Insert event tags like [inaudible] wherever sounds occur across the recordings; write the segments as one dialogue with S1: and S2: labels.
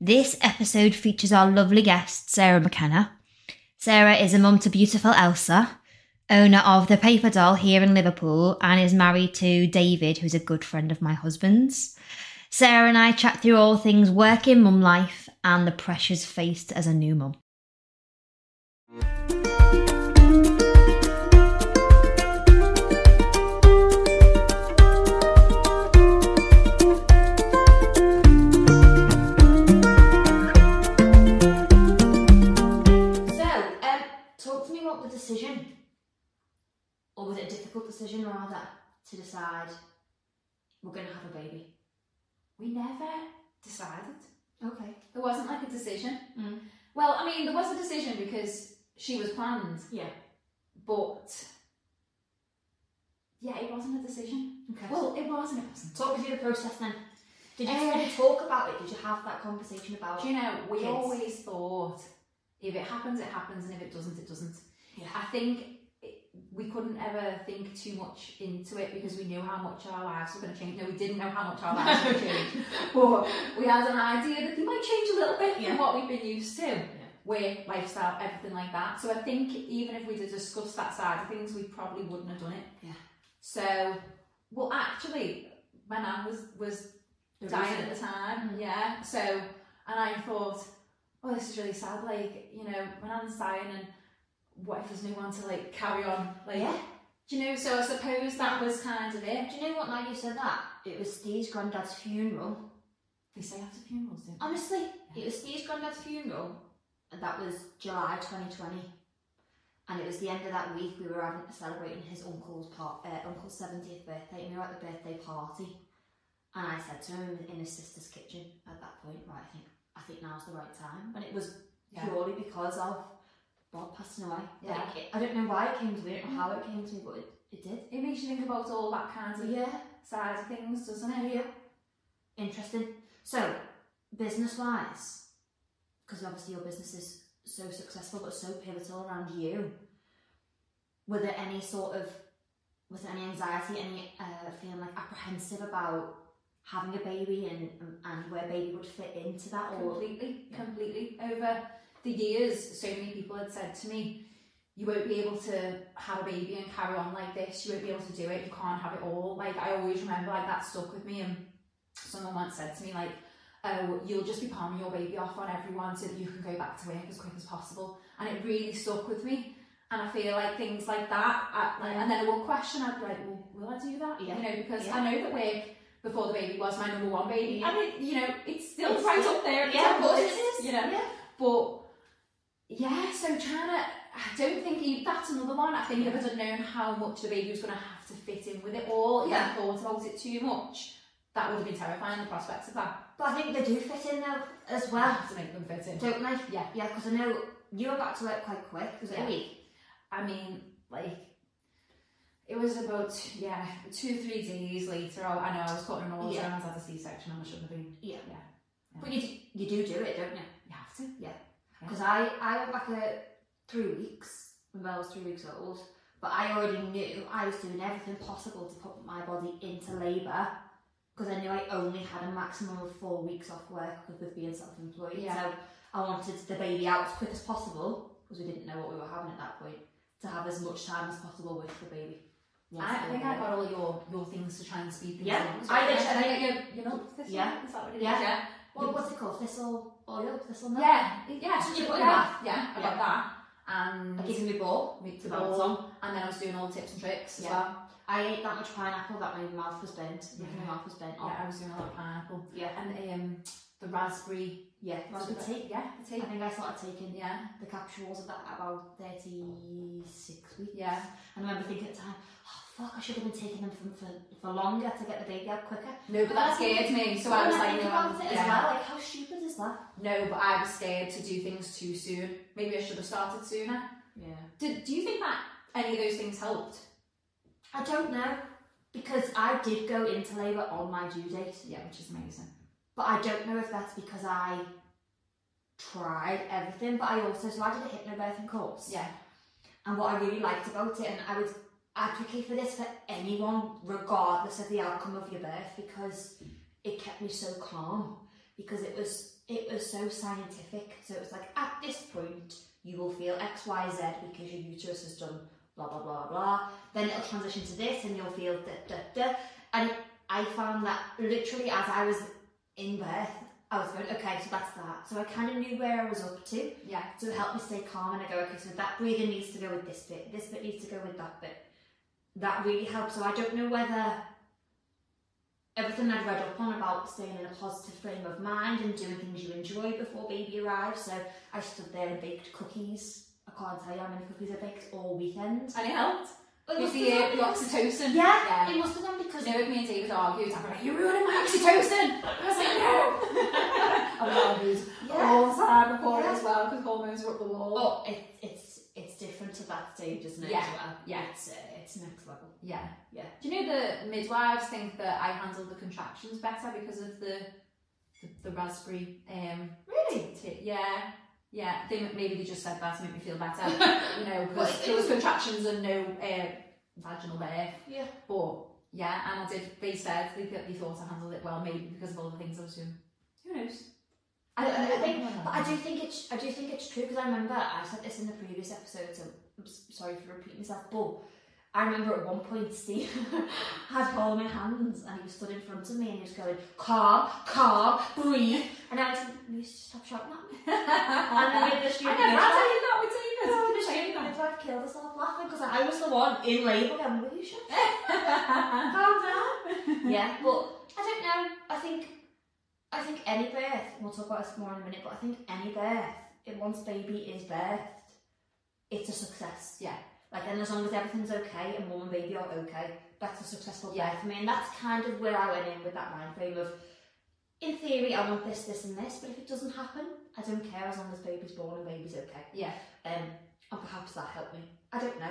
S1: This episode features our lovely guest, Sarah McKenna. Sarah is a mum to beautiful Elsa, owner of the Paper Doll here in Liverpool, and is married to David, who's a good friend of my husband's. Sarah and I chat through all things working mum life and the pressures faced as a new mum.
S2: So, um, talk to me about the decision. Or was it a difficult decision, rather, to decide we're going to have a baby?
S3: We never decided.
S2: Okay.
S3: There wasn't like a decision.
S2: Mm.
S3: Well, I mean, there was a decision because she was planned,
S2: Yeah.
S3: but yeah, it wasn't a decision.
S2: Okay.
S3: Well, it was and it wasn't.
S2: talk me through the process then. Did you
S3: Um,
S2: really talk about it? Did you have that conversation about
S3: Do you know, we
S2: Kids.
S3: always thought if it happens, it happens, and if it doesn't, it doesn't.
S2: Yeah.
S3: I think it, we couldn't ever think too much into it because we knew how much our lives were going to change. No, we didn't know how much our lives were going
S2: [laughs]
S3: to change, but we had an idea that they might change a little bit
S2: Yeah.
S3: from what we've been used to. Weight, lifestyle, everything like that. So I think even if we'd have discussed that side of things, we probably wouldn't have done it.
S2: Yeah.
S3: So, well, actually, my nan was was
S2: the
S3: dying
S2: reason?
S3: at the time.
S2: Mm.
S3: Yeah. So, and I thought, oh, this is really sad. Like, you know, my nan's dying, and what if there's no one to like carry on? Like,
S2: Yeah.
S3: do you know? So I suppose that was kind of it.
S2: Do you know what? Now you said that, it was Steve's granddad's funeral.
S3: They say after funerals, don't they?
S2: Honestly, it was Steve's granddad's funeral, and that was July 2020. And it was the end of that week we were having, celebrating his uncle's par- uh, uncle's 70th birthday, and we were at the birthday party. And I said to him in his sister's kitchen at that point, right, I think I think now's the right time. And it was
S3: Yeah.
S2: purely because of Bob passing away.
S3: Yeah.
S2: Like, it, I don't know why it came to me, I don't know how it came to me, but it, it did.
S3: It makes you think about all that kind
S2: So
S3: of
S2: yeah,
S3: side of things, doesn't it?
S2: yeah. Interesting. So, business wise, because obviously your business is so successful but so pivotal around you, were there any sort of, was there any anxiety, any uh, feeling like apprehensive about having a baby and, and where baby would fit into that? Or
S3: Completely,
S2: Yeah.
S3: completely. Over the years, so many people had said to me, "You won't be able to have a baby and carry on like this. You won't be able to do it. You can't have it all." Like I always remember, like that stuck with me. And someone once said to me, like, "Oh, you'll just be palming your baby off on everyone so that you can go back to work as quick as possible." And it really stuck with me. And I feel like things like that, I, like, and then I will question. I'd be like, "Well, will I do that?"
S2: Yeah.
S3: You know, because
S2: Yeah.
S3: I know that work before the baby was my number one baby.
S2: Yeah.
S3: I mean, you know, it's still
S2: It's
S3: right
S2: still-
S3: up there. at the
S2: Yeah,
S3: top
S2: of course
S3: list,
S2: it is,
S3: You know,
S2: yeah.
S3: but yeah, so trying to, I don't think he, that's another one. I think if I'd have known how much the baby was going to have to fit in with it all, if
S2: Yeah.
S3: I thought about it too much, that would have been terrifying. The prospects of that.
S2: But I think they do fit in though as
S3: I
S2: well,
S3: have to make them fit in.
S2: don't they?
S3: Yeah.
S2: Yeah, because I know you were back to work quite quick, was it
S3: Yeah.
S2: a week?
S3: I mean, like, it was about, yeah, two, three days later. I, I know I was caught in an ulcer
S2: Yeah.
S3: and I was had a C section and I shouldn't have been.
S2: Yeah.
S3: Yeah.
S2: But you, d- you do do it, don't you?
S3: You have to.
S2: Because I, I went back uh, three weeks when Mel was three weeks old, but I already knew I was doing everything possible to put my body into labour because I knew I only had a maximum of four weeks off work with- with being self employed.
S3: Yeah.
S2: So I wanted the baby out as quick as possible because we didn't know what we were having at that point to have as much time as possible with the baby.
S3: I, I think I
S2: Yeah.
S3: got all your, your things to try and speed things
S2: Yeah,
S3: up.
S2: I did,
S3: I
S2: I
S3: think
S2: did.
S3: you're, you're not thistle.
S2: Yeah.
S3: Is that what it is?
S2: Yeah.
S3: yeah.
S2: Well, what's it called? Thistle oil? Thistle milk?
S3: Yeah, yeah.
S2: Did you
S3: yeah,
S2: put in
S3: yeah,
S2: that?
S3: yeah, I got that. And
S2: I gave him my ball
S3: make
S2: to
S3: the
S2: bounce
S3: ball.
S2: on.
S3: And then I was doing all the tips and tricks as
S2: Yeah.
S3: well.
S2: I ate that much pineapple that my mouth was burnt. Yeah. My
S3: Yeah.
S2: mouth was burnt.
S3: Yeah,
S2: off.
S3: I was doing a lot of pineapple.
S2: Yeah.
S3: And um, the raspberry.
S2: Yeah. Raspberry
S3: so-
S2: tea.
S3: Yeah, the
S2: I
S3: tea.
S2: think I started taking
S3: Yeah,
S2: the capsules of that at about 36 weeks.
S3: yeah.
S2: And I remember thinking at the time, oh fuck, I should have been taking them for, for, for longer to get the baby out quicker.
S3: No, but that scared me. So I
S2: When
S3: was like,
S2: think
S3: no,
S2: about
S3: I'm-
S2: it
S3: yeah.
S2: as well, like how stupid is that?
S3: no, but I was scared to do things too soon. Maybe I should have started sooner.
S2: Yeah.
S3: Did, do you think that any of those things helped?
S2: I don't know because I did go into labour on my due date.
S3: Yeah, which is amazing.
S2: But I don't know if that's because I tried everything, but I also, so I did a hypnobirthing course.
S3: Yeah,
S2: and what I really liked about it, and I would advocate for this for anyone, regardless of the outcome of your birth, because it kept me so calm. Because it was it was so scientific. So it was like at this point you will feel X Y Z because your uterus has done blah blah blah blah. blah. Then it'll transition to this, and you'll feel da da da. And I found that literally as I was in birth, I was going okay, so that's that. So I kind of knew where I was up to.
S3: Yeah.
S2: So it helped me stay calm and I go, okay, so that breathing needs to go with this bit, this bit needs to go with that bit. That really helped. So I don't know whether everything I'd read up on about staying in a positive frame of mind and doing things you enjoy before baby arrives. So I stood there and baked cookies. I can't tell you how many cookies I baked all weekend.
S3: And it helped.
S2: It
S3: With
S2: must
S3: the,
S2: have
S3: uh,
S2: done,
S3: the
S2: because-
S3: oxytocin.
S2: Yeah, it must have done because
S3: Because
S2: [laughs]
S3: you know, me and David argued, I'm like, you're ruining my oxytocin. I was like, no. I was argued
S2: [laughs]
S3: all the time before it as well because hormones were up the wall.
S2: Oh, it, it's it's different to that stage, isn't it?
S3: Yeah,
S2: as well?
S3: yeah.
S2: It's, uh, it's next level.
S3: Yeah.
S2: Yeah.
S3: Do you know the midwives think that I handle the contractions better because of the the, the raspberry um
S2: Really?
S3: tit? Yeah. Yeah. They maybe they just said that to make me
S2: [laughs]
S3: feel better. you know, because there was contractions and no uh, vaginal birth.
S2: Yeah.
S3: But yeah, and I did. They said they, th- they thought I handled it well, maybe because of all the things I was doing. Who knows?
S2: I, I, I think,
S3: don't know.
S2: but I do think it's, I do think it's true because I remember I said this in the previous episode, so I'm s- sorry for repeating myself. But I remember at one point Steve [laughs] had holding my hands and he was stood in front of me and he was going, "Calm, calm, breathe," and I was, like, "Will you stop shouting [laughs] at me?" And then we had the
S3: [laughs] I
S2: student
S3: never
S2: midwife-
S3: had that with David.
S2: Oh,
S3: Did
S2: the
S3: I
S2: student
S3: tell you
S2: midwife killed herself laughing because I was the one in labour going, "Will you shut up?
S3: that?
S2: calm down?"
S3: [laughs]
S2: yeah, but I don't know. I think I think any birth. We'll talk about this more in a minute. But I think any birth, if once baby is birthed, it's a success.
S3: Yeah.
S2: Like, and as long as everything's okay and mum and baby are okay, that's a successful
S3: Yeah.
S2: birth for me. And that's kind of where I went in with that mind frame of, in theory, I want this, this, and this. But if it doesn't happen, I don't care as long as baby's born and baby's okay.
S3: Yeah.
S2: Um, and perhaps that helped me. I don't know.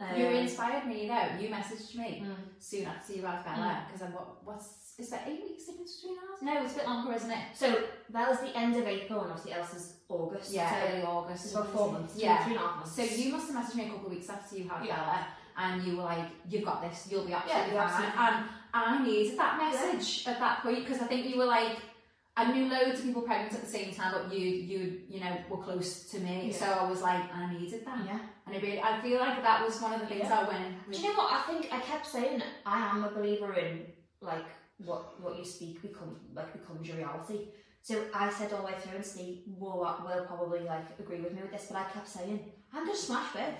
S2: Um,
S3: You inspired me, you know. You messaged me.
S2: mm.
S3: soon after you had Bella because I'm what what's is that eight weeks difference between ours? No, it's a bit longer, isn't it?
S2: So that was the end of April, and obviously Elsa's August.
S3: So
S2: so
S3: early August.
S2: it's about four months.
S3: Yeah.
S2: three and a half months.
S3: So you must have messaged me a couple of weeks after you had
S2: Yeah.
S3: Bella, and you were like, "You've got this. You'll be absolutely
S2: you're
S3: fine."
S2: absolutely fine.
S3: And and I needed that message at that point because I think you were like. I knew loads of people pregnant at the same time, but you, you, you know, were close to me,
S2: Yeah.
S3: so I was like, I needed that,
S2: yeah.
S3: and I really, I feel like that was one of the things
S2: Yeah.
S3: I went. in
S2: Do
S3: with.
S2: you know what? I think I kept saying I am a believer in like what what you speak become like becomes your reality. So I said all the way through, and Steve will will probably like agree with me with this, but I kept saying I'm gonna smash birth.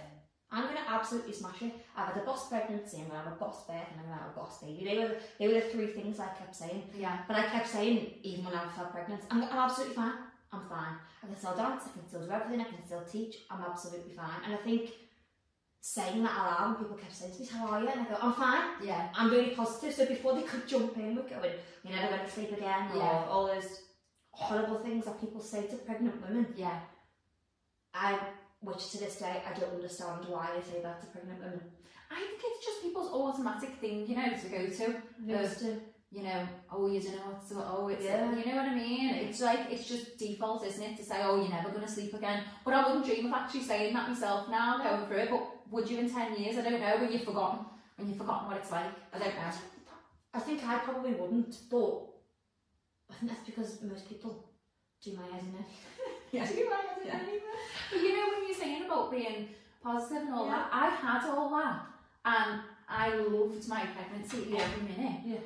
S2: I'm gonna absolutely smash it. I've had a boss pregnancy, I'm gonna have a boss birth, and I'm gonna have a boss baby. They were the, they were the three things I kept saying.
S3: yeah,
S2: But I kept saying, even when I felt pregnant, I'm, I'm absolutely fine. I'm fine. I can still dance. I can still do everything. I can still teach. I'm absolutely fine. And I think saying that aloud, and people kept saying to me, "How are you?" And I go, "I'm fine.
S3: yeah,
S2: I'm really positive." So before they could jump in, we're going, "You never going to sleep again,"
S3: Yeah.
S2: or all those horrible things that people say to pregnant women.
S3: yeah,
S2: I, which to this day, I don't understand why they say that to pregnant women.
S3: I think it's just people's automatic thing, you know, to go to.
S2: They
S3: Uh,
S2: just do.
S3: you know, oh, you don't know what to, oh, it's,
S2: Yeah.
S3: you know what I mean? It's like, it's just default, isn't it, to say, oh, you're never going to sleep again. But I wouldn't dream of actually saying that myself now, going through it, but would you in 10 years? I don't know, when you've forgotten, when you've forgotten what it's like. I don't know.
S2: I think I probably wouldn't, but I think that's because most people do my head in [laughs]
S3: Yeah.
S2: do my head in
S3: Yeah.
S2: anyway.
S3: But you know, when you're saying about being positive and all
S2: Yeah.
S3: that, I had all that, and I loved my pregnancy
S2: Yeah.
S3: every minute.
S2: Yeah.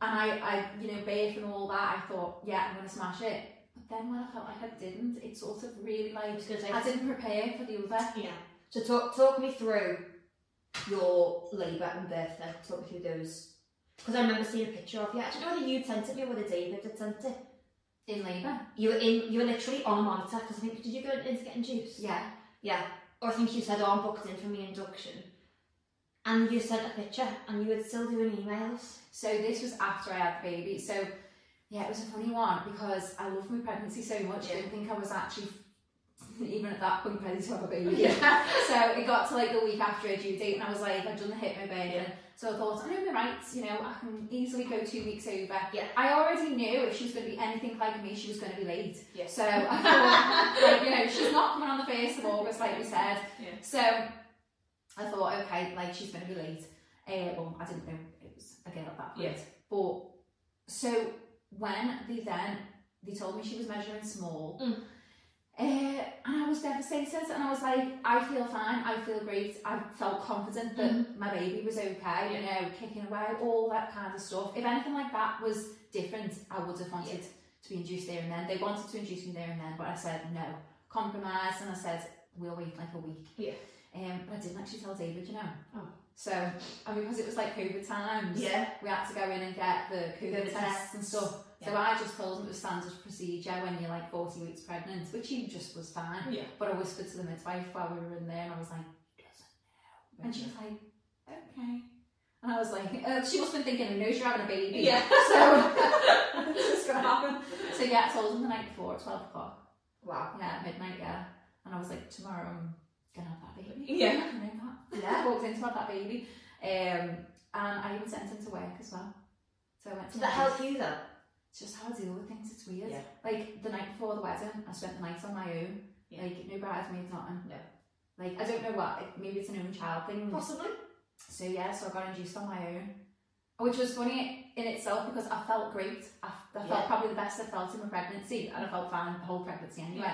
S3: And I, I, you know, birth and all that, I thought, yeah, I'm gonna smash it. But then when I felt like I didn't, it sort of really
S2: I
S3: like
S2: was going to say,
S3: I didn't prepare for the other.
S2: yeah. So talk, talk me through your labour and birth then. Talk me through those. Because I remember seeing a picture of you. I don't know whether you sent it me or whether David had sent it.
S3: In labour.
S2: You were in. You were literally on a monitor because I think did you go in to get induced?
S3: Yeah.
S2: Yeah. Or I think you said, "Oh, I'm booked in for my induction," and you sent a picture, and you were still doing emails.
S3: So this was after I had the baby. So yeah, it was a funny one because I loved my pregnancy so much. I didn't think I was actually even at that point ready to have
S2: [laughs]
S3: a baby. so it got to like the week after a due date, and I was like, I've done the hypno burn.
S2: Yeah.
S3: So I thought, I'm in the rights, you know, I can easily go two weeks over.
S2: Yeah.
S3: I already knew if she was going to be anything like me, she was going to be late.
S2: Yeah.
S3: So I thought, like, you know, she's not coming on the 1st of August, like we said.
S2: Yeah.
S3: So I thought, okay, like, she's going to be late. Uh, well, I didn't know it was a girl at that point.
S2: Yeah.
S3: But so when they then, they told me she was measuring small.
S2: Mm.
S3: Uh, and I was devastated, and I was like, I feel fine, I feel great, I felt confident that
S2: Mm.
S3: my baby was okay, you know, kicking away, all that kind of stuff. If anything like that was different, I would have wanted to be induced there and then. They wanted to induce me there and then, but I said no, compromised, and I said we'll wait like a week.
S2: Yeah.
S3: Um, but I didn't actually tell David, you know.
S2: Oh.
S3: So, and because it was like COVID times,
S2: Yeah.
S3: we had to go in and get the COVID
S2: The
S3: tests and
S2: tests.
S3: stuff. So I just told him it was standard procedure when you're like 40 weeks pregnant, which he just was fine.
S2: Yeah.
S3: But I whispered to the midwife while we were in there, and I was like, doesn't know. And she was like, okay. And I was like, uh, she must have been thinking, who knows you're having a baby?
S2: Yeah.
S3: [laughs]
S2: [laughs]
S3: So [laughs] this is going to happen. So yeah, I told him the night before, 12 o'clock.
S2: Wow.
S3: Yeah, midnight, yeah. And I was like, tomorrow I'm going to have that baby.
S2: Yeah.
S3: I know that.
S2: Yeah.
S3: I walked in to have that baby. Um, and I even sent him to work as well. So I went to
S2: Did that
S3: my-
S2: help you though?
S3: It's just how I deal with things, it's weird.
S2: Yeah.
S3: Like the night before the wedding, I spent the night on my own.
S2: Yeah.
S3: Like no bridesmaids, nothing.
S2: No.
S3: Like I don't know what, it- maybe it's an own child thing.
S2: Possibly.
S3: So yeah, so I got induced on my own. Which was funny in itself because I felt great. I, I felt
S2: Yeah.
S3: probably the best I felt in my pregnancy and I felt fine the whole pregnancy anyway.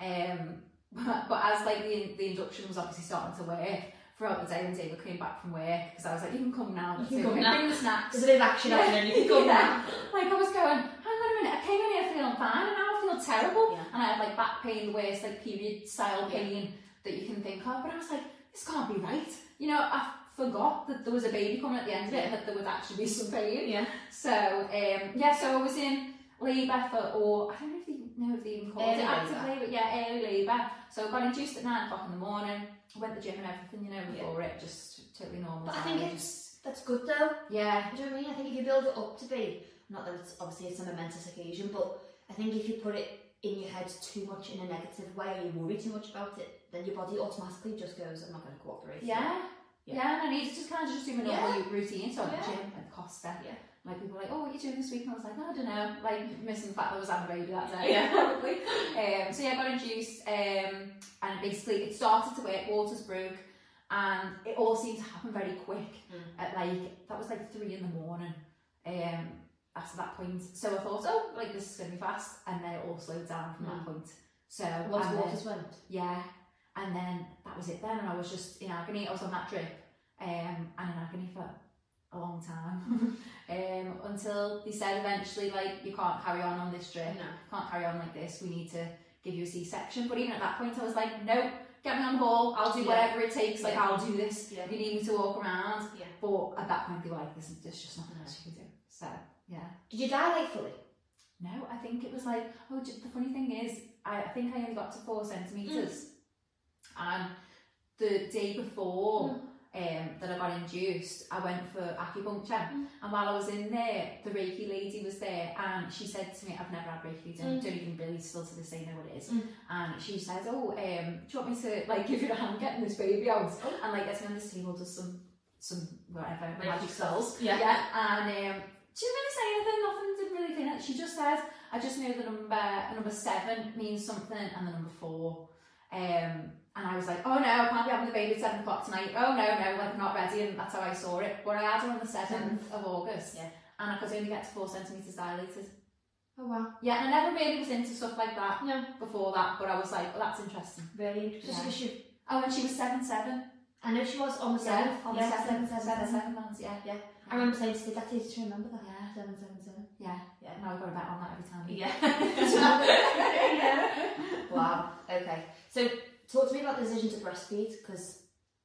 S3: Um, [laughs] but, but as like the, the induction was obviously starting to work throughout the day and David came back from work because I was like, you can come now.
S1: You can
S3: So
S1: come
S3: bring
S1: now."
S3: the snacks.
S1: There's a bit of action
S3: Yeah.
S1: happening. You can go
S3: Yeah.
S1: now.
S3: Like I was going, hang on a minute, I came in here feeling fine and now I feel terrible.
S2: Yeah.
S3: And I had like back pain, the worst like period style
S2: Yeah.
S3: pain that you can think of. But I was like, this can't be right. You know, I forgot that there was a baby coming at the end of it and that there would actually be some pain.
S2: Yeah.
S3: So um, yeah, so I was in labour for, or I don't know if they know if they even called
S2: Early
S3: it active
S2: labour.
S3: labour, yeah, early labour. So I got induced at nine o'clock in the morning. Went to the gym and everything, you know,
S2: Yeah.
S3: before it, just totally normal.
S2: But I
S3: time,
S2: think
S3: just-
S2: it's that's good though.
S3: yeah,
S2: Do you know what I mean? I think if you build it up to be, not that it's obviously it's a momentous occasion, but I think if you put it in your head too much in a negative way, you worry too much about it, then your body automatically just goes, I'm not going to cooperate.
S3: Yeah.
S2: Yeah.
S3: Yeah, and I needed to kind of just do my normal routine, so I went to
S2: Yeah.
S3: gym and Costa.
S2: Yeah.
S3: Like people were like, oh, what are you doing this week? And I was like, I don't know. Like missing the fact that I was having a baby that
S2: [laughs]
S3: day.
S2: Yeah.
S3: [laughs] Probably. Um, so yeah, I got induced, um, and basically it started to work. Waters broke, and it all seemed to happen very quick.
S2: Mm.
S3: At like that was like three in the morning. Um, after that point, so I thought, oh, like this is gonna be fast, and then it all slowed down from
S2: Hmm.
S3: that point. So
S2: Once
S3: and then-
S2: waters went.
S3: yeah. And then that was it then and I was just in agony. I was on that trip um, and in agony for a long time. [laughs] um, until they said eventually like you can't carry on on this trip.
S2: No.
S3: Can't carry on like this. We need to give you a C-section. But even at that point I was like, nope, get me on the ball. I'll do
S2: Yeah.
S3: whatever it takes. Like
S2: Yeah.
S3: I'll do this.
S2: Yeah.
S3: If you need me to walk around.
S2: Yeah.
S3: But at that point they were like, this is there's just nothing
S2: No.
S3: else you can do. So yeah.
S2: Did you die like fully?
S3: No, I think it was like, oh, j- the funny thing is, I, I think I only got to four centimetres. And the day before um, that I got induced, I went for acupuncture.
S2: Mm.
S3: And while I was in there, the Reiki lady was there and she said to me, I've never had Reiki done,
S2: Mm.
S3: don't even really still to this day know what it is.
S2: Mm.
S3: And she said, oh, um, do you want me to like give you a hand getting this baby out?
S2: Oh.
S3: And like, let's go on this table, does some, some whatever,
S2: Magic
S3: magic spells.
S2: Yeah.
S3: Yeah, and um, she didn't really say anything, nothing didn't really think it. She just says, I just know the number the number seven means something and the number four. Um, and I was like, oh no, I can't be having the baby at seven o'clock tonight. Oh no, no, like I'm not ready. And that's how I saw it. But I had her on the 7th of August.
S2: Yeah.
S3: And I could only get to four centimetres dilated.
S2: Oh wow.
S3: Yeah, and I never really was into stuff like that
S2: No.
S3: before that, but I was like, well, that's interesting.
S2: Really interesting.
S3: Yeah.
S2: Just 'cause you
S3: Oh, and she was seven, seven.
S2: I know she was on the
S3: Yeah,
S2: seventh.
S3: on the
S2: yeah,
S3: seven,
S2: seven,
S3: seven, seven, seven months, yeah.
S2: I remember saying to Steve, that's easy to remember that.
S3: Yeah.
S2: Seven, seven, seven.
S3: Yeah.
S2: Yeah.
S3: And I've got a bet on that every time.
S2: Yeah. [laughs] wow. Okay. So, talk to me about the decision to breastfeed because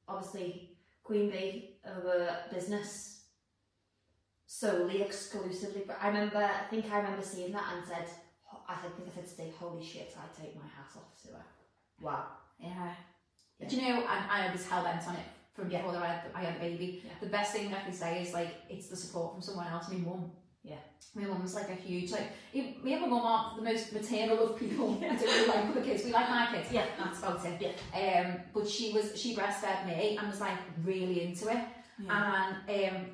S2: obviously Queen Bee over business solely, exclusively. But I remember, I think I remember seeing that and said, ho- I think I said to Steve, "Holy shit! I take my hat off to her." Wow.
S3: Yeah.
S2: Yeah.
S3: [laughs] Do you know, and I was hell bent on it from
S2: Yeah.
S3: before I had, I had a baby.
S2: Yeah.
S3: The best thing I can say is like it's the support from someone else. My mum.
S2: Yeah.
S3: My mum's like a huge like. If, me and my mum aren't the most maternal of people. I don't really like other kids. We like my kids.
S2: Yeah.
S3: That's about it. Um, but she was she breastfed me and was like really into it. And um,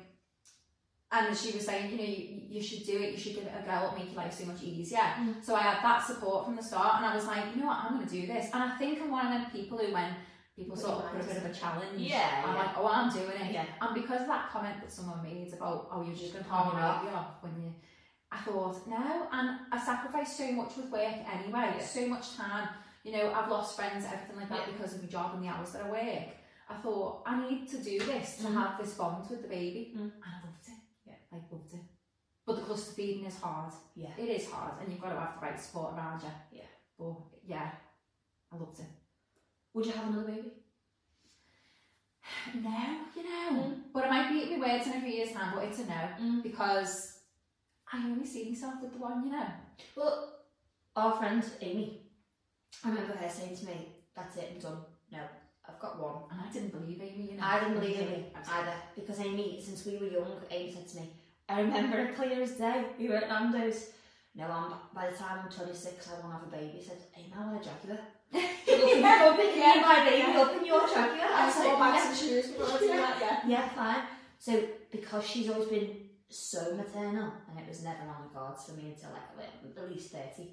S3: and she was saying, you know, you, you should do it. You should give it a go. It'll make your life so much easier.
S2: Mm.
S3: So I had that support from the start, and I was like, you know what, I'm going to do this. And I think I'm one of them people who, when people
S2: Put
S3: sort
S2: your
S3: of put a
S2: mind
S3: bit
S2: to
S3: of a challenge,
S2: Yeah,
S3: I'm
S2: yeah.
S3: like, oh, I'm doing it.
S2: Yeah.
S3: And because of that comment that someone made about, oh, you're just going to
S2: Palm
S3: palm
S2: it
S3: your baby off when you I thought, no, and I sacrificed so much with work anyway,
S2: Yeah.
S3: so much time. You know, I've lost friends, everything like that
S2: Yeah.
S3: because of my job and the hours that I work. I thought, I need to do this to
S2: Mhm.
S3: have this bond with the baby,
S2: Mm.
S3: and I loved it.
S2: Yeah.
S3: I loved it. But the cluster feeding is hard.
S2: Yeah.
S3: It is hard, and you've got to have the right support around you.
S2: Yeah.
S3: But yeah, I loved it.
S2: Would you have another baby?
S3: No, you know,
S2: Mm.
S3: but I might be at my words in a few years' time, but it's a no because I only see myself with the one, you know.
S2: Well, our friend Amy, I remember her saying to me, "That's it, I'm done. No, I've got one."
S3: And I didn't believe Amy, you know.
S2: I didn't believe Amy
S3: I was like,
S2: either
S3: [laughs]
S2: because Amy, since we were young, Amy said to me, "I remember it clear as day. We were at Nando's." No, I'm, by the time I'm 26, I won't have a baby. She said, Amy, I want a
S3: [laughs]
S2: Jaguar. Looking
S3: Yeah,
S2: for me,
S3: yeah,
S2: my baby,
S3: yeah.
S2: looking your Jaguar.
S3: I
S2: I
S3: was
S2: said,
S3: like,
S2: "Yeah."
S3: bags of shoes, but what's that? Yeah.
S2: Yeah, fine. So because she's always been so maternal, and it was never on the cards for me until like li- at least thirty.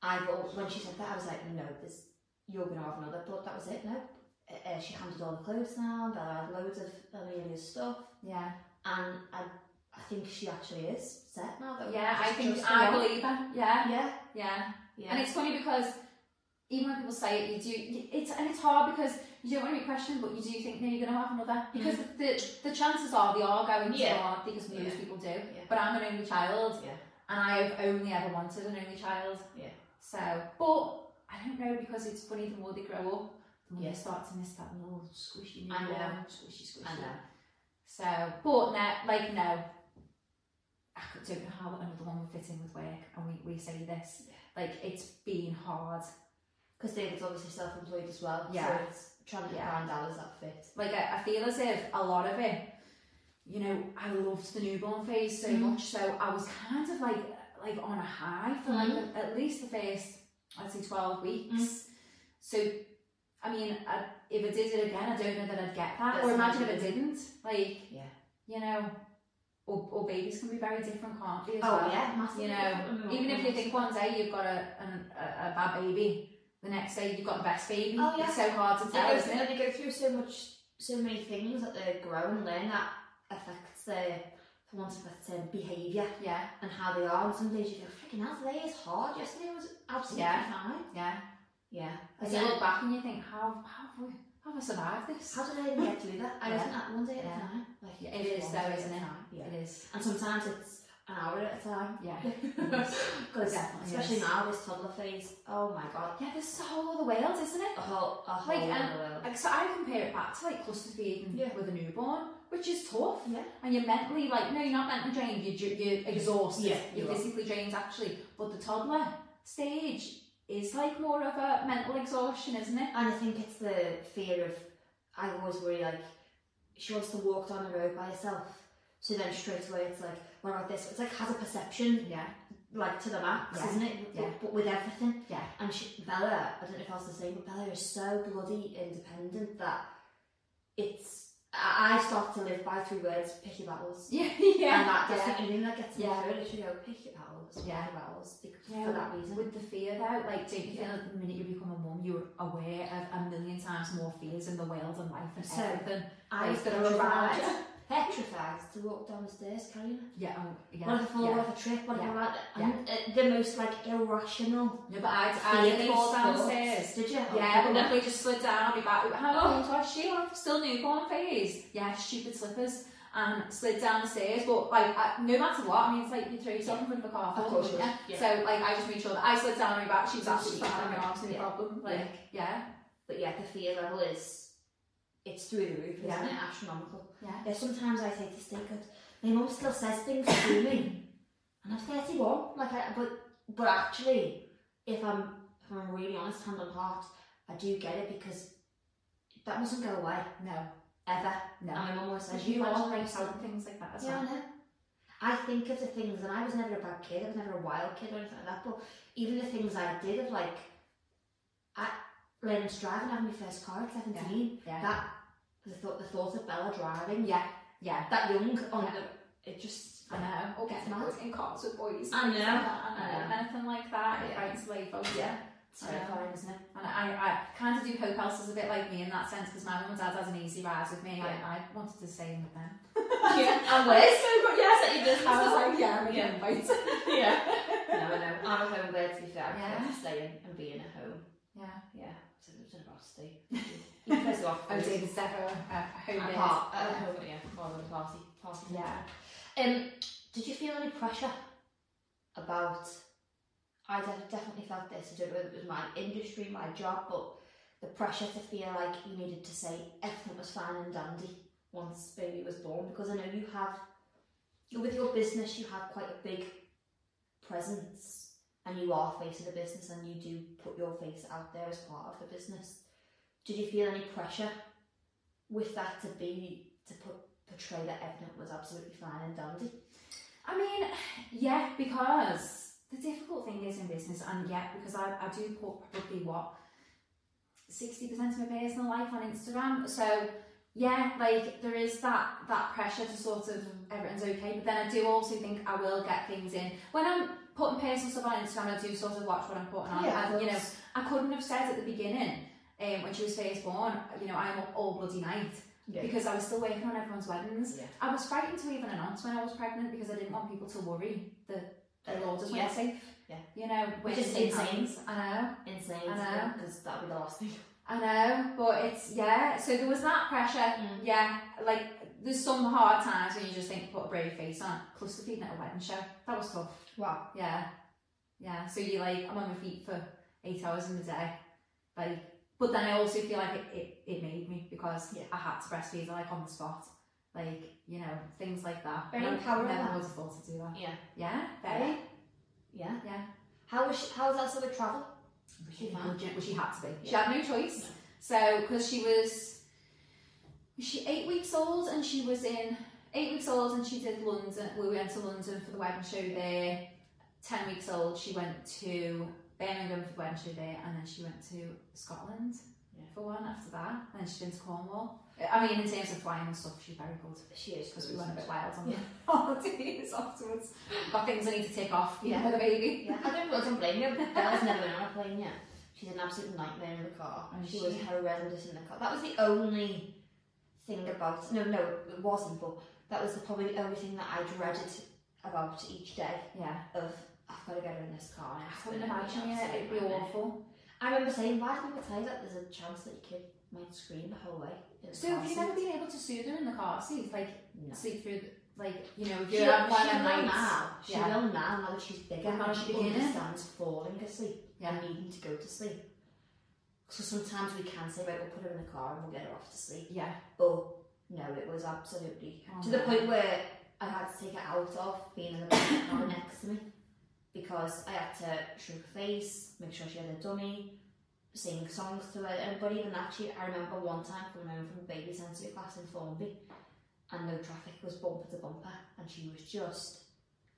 S2: I al- when she said that, I was like, no, this you're gonna have another. But that was it. No, Uh, uh, she handed all the clothes now. Bella had loads of Amelia's stuff,
S3: Yeah,
S2: and I, I think she actually is set now. That
S3: yeah, I
S2: just-
S3: think
S2: just
S3: I
S2: the one.
S3: believe her. Yeah,
S2: Yeah,
S3: yeah.
S2: yeah.
S3: And it's funny because even when people say it, you do. you- It's and it's hard because you don't want to be questioned, but you do think, no, you're going to have another because the, the the chances are they are going to
S2: Mm-hmm. Yeah.
S3: hard because most
S2: Yeah.
S3: people do.
S2: Yeah.
S3: But I'm an only child,
S2: Yeah.
S3: and I have only ever wanted an only child.
S2: Yeah.
S3: So, but I don't know because it's funny. The more they grow up, the more
S2: Yeah.
S3: they start to miss that little squishy,
S2: I know.
S3: newborn, squishy, squishy.
S2: I know.
S3: So, but no, like no, I could- don't know how another one would fit in with work, and we, we say this,
S2: Yeah.
S3: like it's been hard.
S2: Because David's obviously self-employed as well.
S3: Yeah.
S2: So it's trying to
S3: Yeah.
S2: find out is that fit.
S3: Like I, I feel as if a lot of it, you know, I loved the newborn phase so
S2: Mm.
S3: much, so I was kind of like like on a high for
S2: Mm-hmm.
S3: like at least the first I'd say twelve weeks. So, I mean, I, if I did it again, I don't know that I'd get that.
S2: That's
S3: or imagine if I
S2: amazing.
S3: didn't, like
S2: Yeah.
S3: you know, or, or babies can be very different, can't they? as
S2: Oh
S3: well?
S2: yeah, massively.
S3: you know, even if you think one day you've got a, an, a, a bad baby, the next day you've got the best baby.
S2: Oh, yeah.
S3: It's so hard to
S2: They
S3: tell,
S2: go
S3: isn't
S2: through,
S3: it?
S2: and they go through so much, so many things that they grow and learn that affects their, for want of a better term, behaviour
S3: Yeah,
S2: and how they are. And some days you go, freaking hell, today is hard. Yesterday was absolutely
S3: Yeah.
S2: fine.
S3: yeah.
S2: Yeah.
S3: As you look back and you think, how, how, have, we, how have I survived this?
S2: How did I even get through that? I
S3: Yeah.
S2: think that one day at a
S3: Yeah.
S2: time. Like,
S3: Yeah, it is
S2: one
S3: though,
S2: day at a
S3: isn't it?
S2: time, Yeah.
S3: It is.
S2: And sometimes it's an hour at a time. [laughs]
S3: Yeah.
S2: Because
S3: Definitely
S2: especially
S3: is.
S2: now, this toddler phase, oh my god.
S3: Yeah, there's a whole other world, isn't it?
S2: A whole, a whole
S3: Like, um,
S2: other world.
S3: Like, so I compare it back to like cluster feeding
S2: Yeah.
S3: with a newborn, which is tough.
S2: Yeah.
S3: And you're mentally like, no, you're not mentally drained. You're, ju- you're exhausted.
S2: Yeah,
S3: you're
S2: you are.
S3: physically drained actually. But the toddler stage is like more of a mental exhaustion, isn't it?
S2: And I think it's the fear of, I always worry like, she wants to walk down the road by herself. So then straight away it's like, what about this? It's like has a perception,
S3: Yeah.
S2: like to the max,
S3: Yeah.
S2: isn't it?
S3: Yeah.
S2: But, but with everything.
S3: Yeah.
S2: And she, Bella, I don't know if I was the same, but Bella is so bloody independent that it's, I I start to live by three words, pick your battles.
S3: [laughs] Yeah. Yeah.
S2: And that, that's
S3: yeah.
S2: the only thing that gets me
S3: Yeah.
S2: through. I literally go, pick your battles,
S3: Yeah.
S2: pick your battles, bec-
S3: Yeah,
S2: for that reason.
S3: With the fear though, like don't you feel
S2: Yeah.
S3: like the minute you become a mum, you're aware of a million times more fears in the world and life and
S2: So,
S3: everything.
S2: I was
S3: Like, the road
S2: petrified,
S3: ride.
S2: petrified to walk down the stairs carrying her.
S3: Yeah. Oh, yeah.
S2: What if I fall
S3: yeah.
S2: off a trip? What if
S3: Yeah.
S2: I'm at- and, uh, the most like irrational?
S3: No, but I, I did
S2: fear-based
S3: fall down the
S2: thoughts.
S3: stairs.
S2: Did you?
S3: Yeah, but Oh.
S2: no.
S3: luckily just slid down on my back. How old was she? I'm still newborn phase. Yeah, stupid slippers. And slid down the stairs, but like I, no matter what, I mean, it's like you throw yourself in front of a car.
S2: Of course you
S3: yeah.
S2: would,
S3: So like, I just made sure that I slid down on my back. She was absolutely
S2: Absolutely
S3: fine on my
S2: fine.
S3: arms, no
S2: Yeah.
S3: problem. Like, yeah,
S2: But yeah, the fear level is it's through the roof, isn't
S3: Yeah.
S2: it? Astronomical.
S3: yeah,
S2: Yeah, sometimes I say to stay good. My mum still says things to me, and I'm 31. Like, I, but but actually, if I'm if I'm really honest, hand on heart, I do get it because that mustn't go away
S3: no,
S2: ever.
S3: no.
S2: Um, And my mum always says,
S3: Did you
S2: "You
S3: watch
S2: are
S3: like
S2: myself."
S3: selling things like that as
S2: Yeah, I
S3: well?
S2: know. I think of the things, and I was never a bad kid, I was never a wild kid or anything like that, but even the things I did of like, I learning to drive and having my first car at 17,
S3: Yeah,
S2: that, the thought, the thought of Bella driving,
S3: yeah, yeah.
S2: that young, oh, on
S3: Yeah.
S2: the, it just,
S3: I know. Or
S2: It's
S3: getting
S2: mad.
S3: out in cars with boys.
S2: I know,
S3: things like that,
S2: I
S3: I know.
S2: know.
S3: Anything like that, it
S2: Yeah.
S3: finds life.
S2: yeah, it's
S3: I know.
S2: terrifying, isn't it?
S3: And I, I kind of do hope else is a bit like me in that sense because my mum and dad has an easy ride with me.
S2: Yeah.
S3: I, I wanted to stay in with them.
S2: [laughs] Yeah, and
S3: Liz?
S2: Liz.
S3: yes,
S2: at your business.
S3: I was like, yeah, we
S2: Yeah.
S3: can invite.
S2: [laughs] Yeah. No,
S3: [laughs]
S2: I know. I'm a home bird, to be fair. I
S3: Yeah.
S2: prefer staying and being at home.
S3: Yeah.
S2: Yeah. So it was a rusty.
S3: [laughs]
S2: He plays off.
S3: Oh, David Sever, uh, home
S2: And
S3: base.
S2: par- uh, home, yeah, rather than party. Party.
S3: Yeah.
S2: Um, did you feel any pressure about? I de- definitely felt this. I don't know whether it was my industry, my job, but the pressure to feel like you needed to say everything was fine and dandy once baby was born. Because I know you have, with your business, you have quite a big presence, and you are facing a business, and you do put your face out there as part of the business. Did you feel any pressure with that to be to put portray that everything was absolutely fine and dandy?
S3: I mean, yeah, because the difficult thing is in business, and yet because I, I do put probably what sixty percent of my personal life on Instagram. So yeah, like there is that that pressure to sort of everything's okay. But then I do also think I will get things in when I'm putting personal stuff on Instagram. I do sort of watch what I'm putting on. and, you know, I couldn't have said at the beginning um, when she was first born. You know, I'm up all bloody night
S2: Yeah.
S3: because I was still working on everyone's weddings.
S2: yeah.
S3: I was frightened to even announce when I was pregnant because I didn't want people to worry that their orders weren't
S2: Uh, Yeah.
S3: safe.
S2: Yeah.
S3: You know,
S2: Which is
S3: waiting
S2: insane.
S3: times. I know.
S2: Insane.
S3: I know.
S2: Because that would be the last thing.
S3: I know, but it's yeah. So there was that pressure.
S2: Mm.
S3: Yeah, like there's some hard times when you just think put a brave face on. Plus the feeding at a wedding show, that was tough.
S2: Wow.
S3: Yeah, yeah. So you like I'm on my feet for eight hours in the day, like. But then I also feel like it, it, it made me because
S2: Yeah.
S3: I had to breastfeed like on the spot, like you know things like that.
S2: Very
S3: And I
S2: empowering,
S3: Never
S2: that.
S3: would have thought to do that.
S2: Yeah.
S3: Yeah, very.
S2: Yeah.
S3: Yeah.
S2: How was she, how was that sort of travel? Was she fine?
S3: Well, she had to be. She had no choice.
S2: No.
S3: So, because she was, was she eight weeks old, and she was in eight weeks old, and she did London. We went to London for the wedding show there. Ten weeks old, she went to Birmingham for the wedding show there, and then she went to Scotland
S2: Yeah.
S3: for one after that. And then she's been to Cornwall. I mean, in terms of flying and stuff, she's very good
S2: She is
S3: because we went a bit wild on the holidays afterwards. Got things I need to tick off.
S2: Yeah.
S3: [laughs] Yeah, for the baby.
S2: Yeah. I don't, I don't blame you. Belle's never been on a plane yet. She's an absolute nightmare in the car.
S3: Oh,
S2: she
S3: she-
S2: was horrendous in the car. That was the only thing about no, no, it wasn't. But that was the, probably the only thing that I dreaded about each day
S3: Yeah.
S2: of I've got to get her in this car. and
S3: I
S2: it's
S3: couldn't
S2: gonna be
S3: imagine it.
S2: absolute
S3: It'd be
S2: nightmare.
S3: awful.
S2: I remember saying, why did people tell you that there's a chance that your kid might scream the whole way? in the
S3: So have you
S2: car
S3: never
S2: seat?"
S3: been able to soothe her in the car seat, like
S2: No.
S3: sleep through, the, like you know, if
S2: She,
S3: you're out one
S2: she
S3: at
S2: will
S3: night.
S2: now. She
S3: Yeah.
S2: will now, now that she's bigger
S3: But
S2: and
S3: not
S2: she
S3: at the beginning.
S2: understands falling asleep
S3: Yeah.
S2: and needing to go to sleep. So sometimes we can say, right, we'll put her in the car and we'll get her off to sleep.
S3: Yeah,
S2: But no, it was absolutely
S3: Oh,
S2: to the
S3: no.
S2: point where I had to take her out of being in the back car [coughs] next to me because I had to shrink her face, make sure she had a dummy, sing songs to her. And but even that, she I remember one time coming home from a baby sensory class in Formby, and the traffic was bumper to bumper, and she was just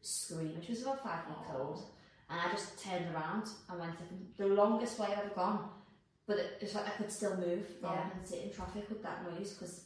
S2: screaming. She was about five weeks old, and I just turned around and went the- the longest way I've ever gone. But it was like I could still move rather
S3: Yeah.
S2: than sit in traffic with that noise because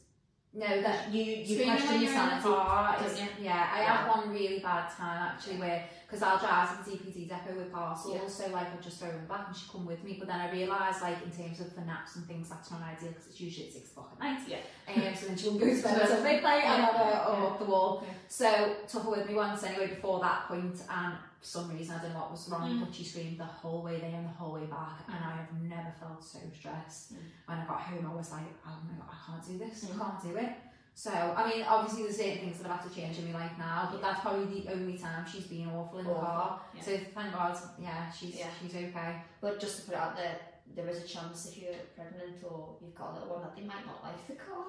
S3: no, that
S2: you you
S3: screaming
S2: question
S3: when
S2: your
S3: you're in the
S2: sanity.
S3: car
S2: don't
S3: is
S2: you?
S3: yeah. I
S2: Yeah.
S3: had one really bad time actually where because I'll drive to the DPD depot with parcels,
S2: Yeah.
S3: so like I'd just throw them back and she'd come with me. But then I realised like in terms of the naps and things, that's not ideal because it's usually at six o'clock at night.
S2: Yeah.
S3: Um, so
S2: [laughs]
S3: then she wouldn't go to bed until midnight and have her all up the wall. So took her with me once anyway before that point, and for some reason I don't know what was wrong,
S2: Mm.
S3: but she screamed the whole way there and the whole way back, and I have never felt so stressed.
S2: Mm.
S3: When I got home, I was like, oh my god, I can't do this,
S2: Mm.
S3: I can't do it. So I mean, obviously there's certain things that I've had to change in my life now, but that's probably the only time she's been awful in the
S2: Awful,
S3: car.
S2: yeah.
S3: So thank God, yeah, she's
S2: Yeah.
S3: she's okay.
S2: But just to put it out there, there is a chance if you're pregnant or you've got a little one that they might not like the car.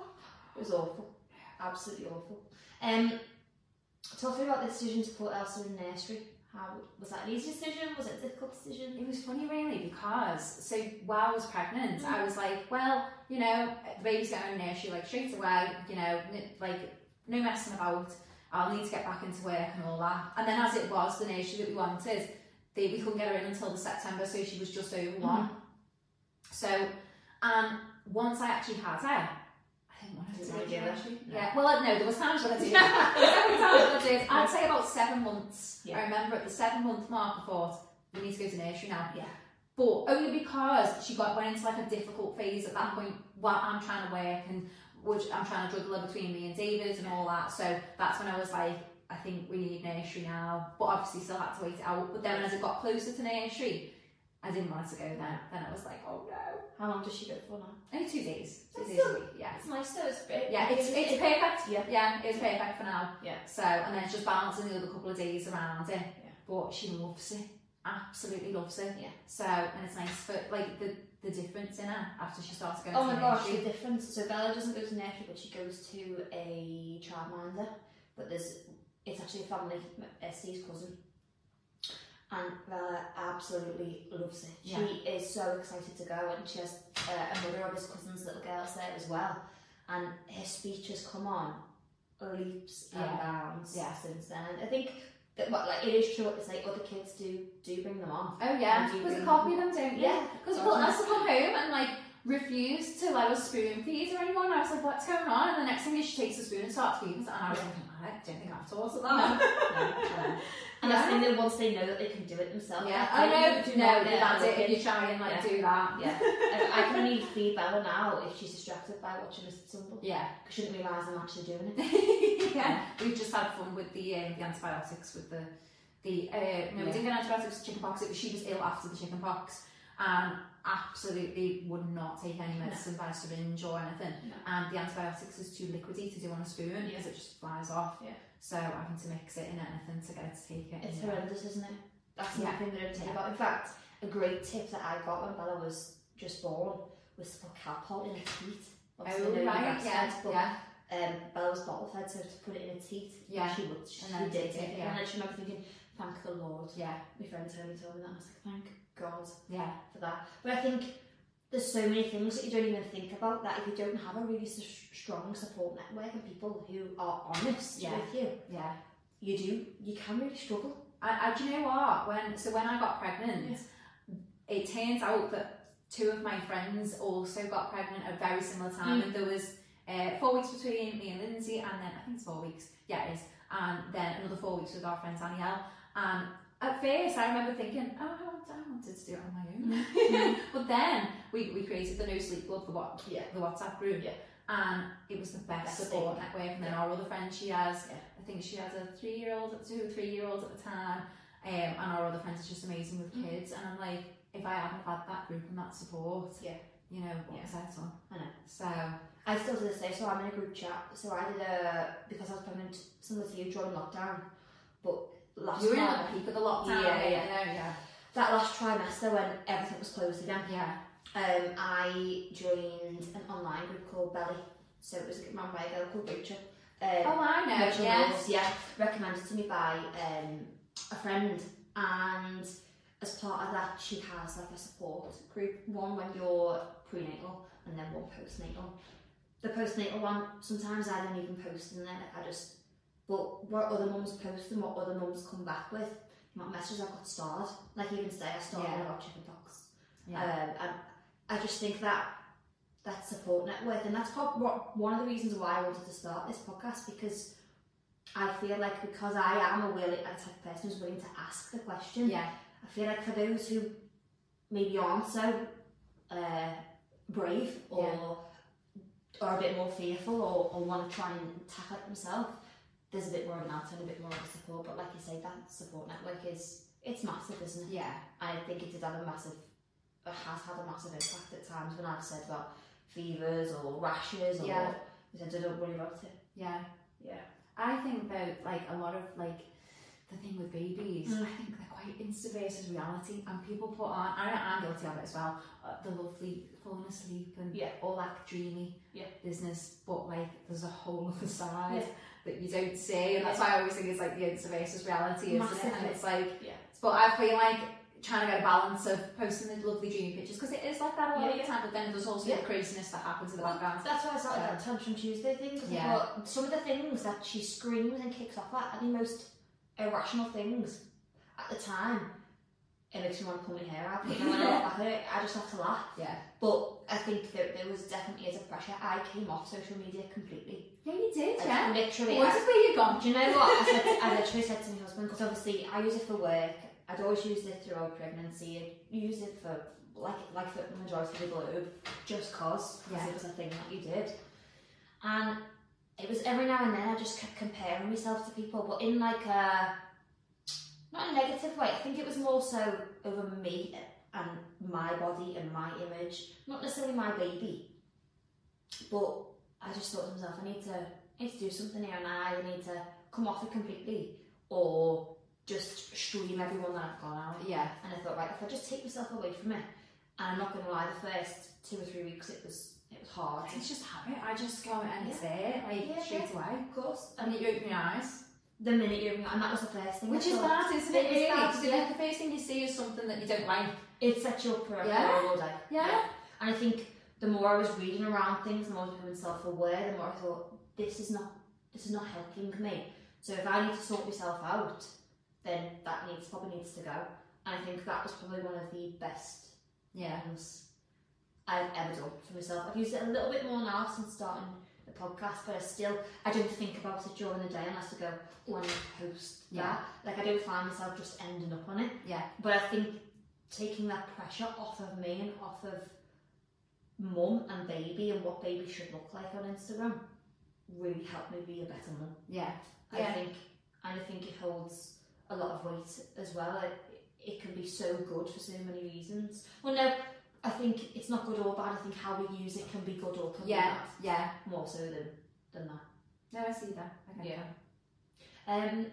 S2: It was awful, absolutely awful. Um, talking about the decision to put Elsa in nursery, how was that an easy decision? Was it a difficult decision?
S3: It was funny, really, because so while I was pregnant, I was like, well, you know, the baby's going in nursery like straight away, you know, n- like no messing about. I'll need to get back into work and all that. And then as it was, the nursery that we wanted, they, we couldn't get her in until the September, so she was just over one. So, um, once I actually had her, I didn't want her
S2: Didn't
S3: to go
S2: wanna do
S3: to
S2: it.
S3: nursery.
S2: No.
S3: Yeah. Well, no, there was times [laughs] when I did.
S2: Yeah.
S3: There was times when I did. I'd say about seven months.
S2: Yeah.
S3: I remember at the seven month mark, I thought we need to go to nursery now.
S2: Yeah.
S3: But only because she got went into like a difficult phase at that point while I'm trying to work and which I'm trying to juggle between me and David and all that. So that's when I was like, I think we need nursery now. But obviously still had to wait it out. But then as it got closer to nursery, I didn't want her to go then. Then I was like, oh no.
S2: How long does she go for now?
S3: Only two days. Two
S2: That's
S3: days
S2: still-
S3: a week, yeah.
S2: It's nice though. It's bit.
S3: Yeah, it's, it's perfect.
S2: Yeah.
S3: Yeah, it's perfect for now.
S2: Yeah.
S3: So, and then just balancing the other couple of days around it.
S2: Yeah.
S3: But she loves it. Absolutely loves it.
S2: Yeah.
S3: So, and it's nice for, like, the, the difference in her after she starts going
S2: Oh
S3: to
S2: my gosh, the
S3: nursery.
S2: difference. So Bella doesn't go to nursery, but she goes to a childminder. But there's, it's actually a family, Esther's cousin. And Bella absolutely loves it. She is so excited to go, and she has uh, another of his cousin's little girls there as well. And her speech has come on leaps and
S3: Yeah.
S2: bounds
S3: Yeah.
S2: since then. I think that what like it is true. It's like other kids do do bring them on.
S3: Oh yeah,
S2: Do you
S3: because they
S2: bring-
S3: copy them, don't you?
S2: Yeah,
S3: Because well, us to come home and like refuse to let us spoon feed or anyone. I was like, what's going on? And the next thing is she takes the spoon and starts feeding. us, And I was like, I don't think I have to alter that. [laughs]
S2: And that's
S3: Yeah.
S2: the thing that once they know that they can do it themselves.
S3: yeah,
S2: that's
S3: I
S2: it,
S3: know.
S2: you do
S3: No,
S2: not
S3: no
S2: know
S3: that's
S2: other
S3: it. If
S2: kids.
S3: you try and like
S2: Yeah.
S3: do that,
S2: Yeah, I, I can only feed Bella now if she's distracted by watching Mr. Tumble.
S3: yeah,
S2: I shouldn't realise I'm actually doing
S3: [laughs]
S2: it.
S3: yeah. We've just had fun with the uh, the antibiotics with the the uh, no, we
S2: Yeah.
S3: didn't get antibiotics chicken pox. It was she was ill after the chicken pox and absolutely would not take any medicine by syringe or anything.
S2: No.
S3: And the antibiotics is too liquidy to do on a spoon
S2: Yeah.
S3: because it just flies off.
S2: Yeah.
S3: So having to mix it in anything to get it to take it.
S2: It's
S3: yeah.
S2: horrendous, isn't it? That's
S3: Yeah.
S2: nothing that I've taken about. In fact, a great tip that I got when Bella was just born was to put Calpol in her teeth. Obviously, I know
S3: Oh
S2: you're
S3: right,
S2: breastfed,
S3: yeah,
S2: but
S3: yeah,
S2: um, Bella was bottle fed, so to put it in her teeth,
S3: Yeah.
S2: she would. She,
S3: And then
S2: did
S3: take it,
S2: take it.
S3: yeah.
S2: And I just remember thinking, thank the Lord.
S3: yeah,
S2: My friend Tony told me that, and I was like, thank God.
S3: yeah,
S2: for that. But I think there's so many things that you don't even think about that if you don't have a really s- strong support network and people who are honest
S3: Yeah.
S2: with you,
S3: yeah.
S2: you do you can really struggle.
S3: I, I do you know what? When so when I got pregnant, it turns out that two of my friends also got pregnant at a very similar time,
S2: Mm.
S3: and there was uh, four weeks between me and Lindsay, and then I think it's four weeks. Yeah, it is. And then another four weeks with our friend Danielle. And at first, I remember thinking, oh, I want- I wanted to do it on my own. [laughs] but then we, we created the No Sleep Club, the what
S2: Yeah.
S3: the WhatsApp group.
S2: Yeah.
S3: And it was the best,
S2: Best
S3: support
S2: thing.
S3: network. And then our other friend she has,
S2: Yeah.
S3: I think she has a three year old, two or three year old at the time. Um, and our other friends are just amazing with
S2: Mm.
S3: kids. And I'm like, if I hadn't had that group and that support,
S2: Yeah.
S3: you know, what
S2: Yeah.
S3: was I on?
S2: I know.
S3: So,
S2: I still to this day, so I'm in a group chat. So I did a because I was pregnant similar to you during lockdown, but last
S3: you were in
S2: time-
S3: the peak of the lockdown.
S2: Yeah,
S3: you
S2: yeah.
S3: know, yeah.
S2: that last trimester when everything was closed again.
S3: Yeah.
S2: um, I joined an online group called Belly. So it was run by a girl called Rachel. Um,
S3: Oh, I know.
S2: Rachel
S3: Yes.
S2: Knowles, yeah, recommended to me by um, a friend, and as part of that, she has like a support group. One when you're prenatal, and then one postnatal. The postnatal one, sometimes I don't even post in there. Like I just, but what other mums post and what other mums come back with, my messages I got starred. Like even today, I started
S3: Yeah.
S2: when I got chicken pox.
S3: Yeah.
S2: Um, and I just think that that support network, and that's prob- what one of the reasons why I wanted to start this podcast because I feel like because I am a willing, a type of person who's willing to ask the question.
S3: yeah.
S2: I feel like for those who maybe aren't so uh, brave or are a bit more fearful or, or want to try and tackle it themselves, there's a bit more of an out and a bit more of a support. But like you say, that support network is it's massive, isn't it?
S3: Yeah.
S2: I think it did have a massive, it has had a massive impact at times when I've said about fevers or rashes or
S3: Yeah.
S2: I said, "I don't worry about it.
S3: Yeah.
S2: Yeah.
S3: I think that like a lot of like the thing with babies,
S2: Mm.
S3: I think they're quite insta versus reality, and people put on. I I'm guilty of it as well. Uh, the lovely falling asleep and
S2: Yeah.
S3: all that dreamy
S2: Yeah.
S3: business, but like there's a whole other side
S2: Yeah.
S3: that you don't see, and that's why I always think it's like the insta versus reality, isn't it? And
S2: Massively.
S3: it's like,
S2: Yeah.
S3: but I feel like trying to get a balance of posting the lovely dreamy pictures because it is like that all
S2: Yeah,
S3: the
S2: yeah.
S3: time, but then there's also the
S2: Yeah.
S3: craziness that happens in the background.
S2: That's why I started that Tantrum Tuesday thing because
S3: Yeah.
S2: some of the things that she screams and kicks off at are the most irrational things at the time. It makes me want to pull my hair out. But then when I look back at it, I just have to laugh.
S3: Yeah,
S2: But I think that there was definitely as a pressure. I came off social media completely.
S3: yeah, you did,
S2: Like,
S3: yeah.
S2: Literally.
S3: What
S2: I-
S3: is where you've gone?
S2: Do you know what? I, said, I literally said to my husband, because obviously I use it for work, I'd always used it throughout pregnancy, I used it for, like, like for the majority of the globe, just cause, because
S3: Yeah.
S2: it was a thing that you did. And it was every now and then I just kept comparing myself to people, but in like a not a negative way. I think it was more so over me and my body and my image, not necessarily my baby. But I just thought to myself, I need to, I need to do something here, and I either need to come off it completely or just stream everyone that I've gone out.
S3: Yeah.
S2: And I thought, right, if I just take myself away from it, and I'm not going to lie, the first two or three weeks it was it was hard.
S3: It's just habit. I just go and it's there, like
S2: Yeah,
S3: straight
S2: yeah.
S3: away.
S2: Of course,
S3: And you open your eyes.
S2: the minute you're and that was the first thing. I
S3: Which is
S2: thought.
S3: bad, isn't it?
S2: It is
S3: Really?
S2: bad,
S3: Because
S2: yeah.
S3: the first thing you see is something that you don't like.
S2: It sets you up for a
S3: Yeah.
S2: horrible day.
S3: Yeah.
S2: And I think the more I was reading around things, the more I was becoming self-aware, the more I thought this is not this is not helping me. So if I need to sort myself out, then that needs probably needs to go. And I think that was probably one of the best
S3: Yeah.
S2: things I've ever done for myself. I've used it a little bit more now since starting the podcast, but I still I don't think about it during the day unless I go, oh, I need to post
S3: Yeah.
S2: that. Like I don't find myself just ending up on it.
S3: Yeah.
S2: But I think taking that pressure off of me and off of mum and baby and what baby should look like on Instagram really helped me be a better mum.
S3: Yeah.
S2: I
S3: Yeah.
S2: think and I think it holds a lot of weight as well. It, it can be so good for so many reasons. Well, no, I think it's not good or bad. I think how we use it can be good or can
S3: Yeah.
S2: be
S3: Yeah.
S2: bad more so than than that.
S3: No, I see that. I get
S2: Yeah.
S3: that.
S2: Um,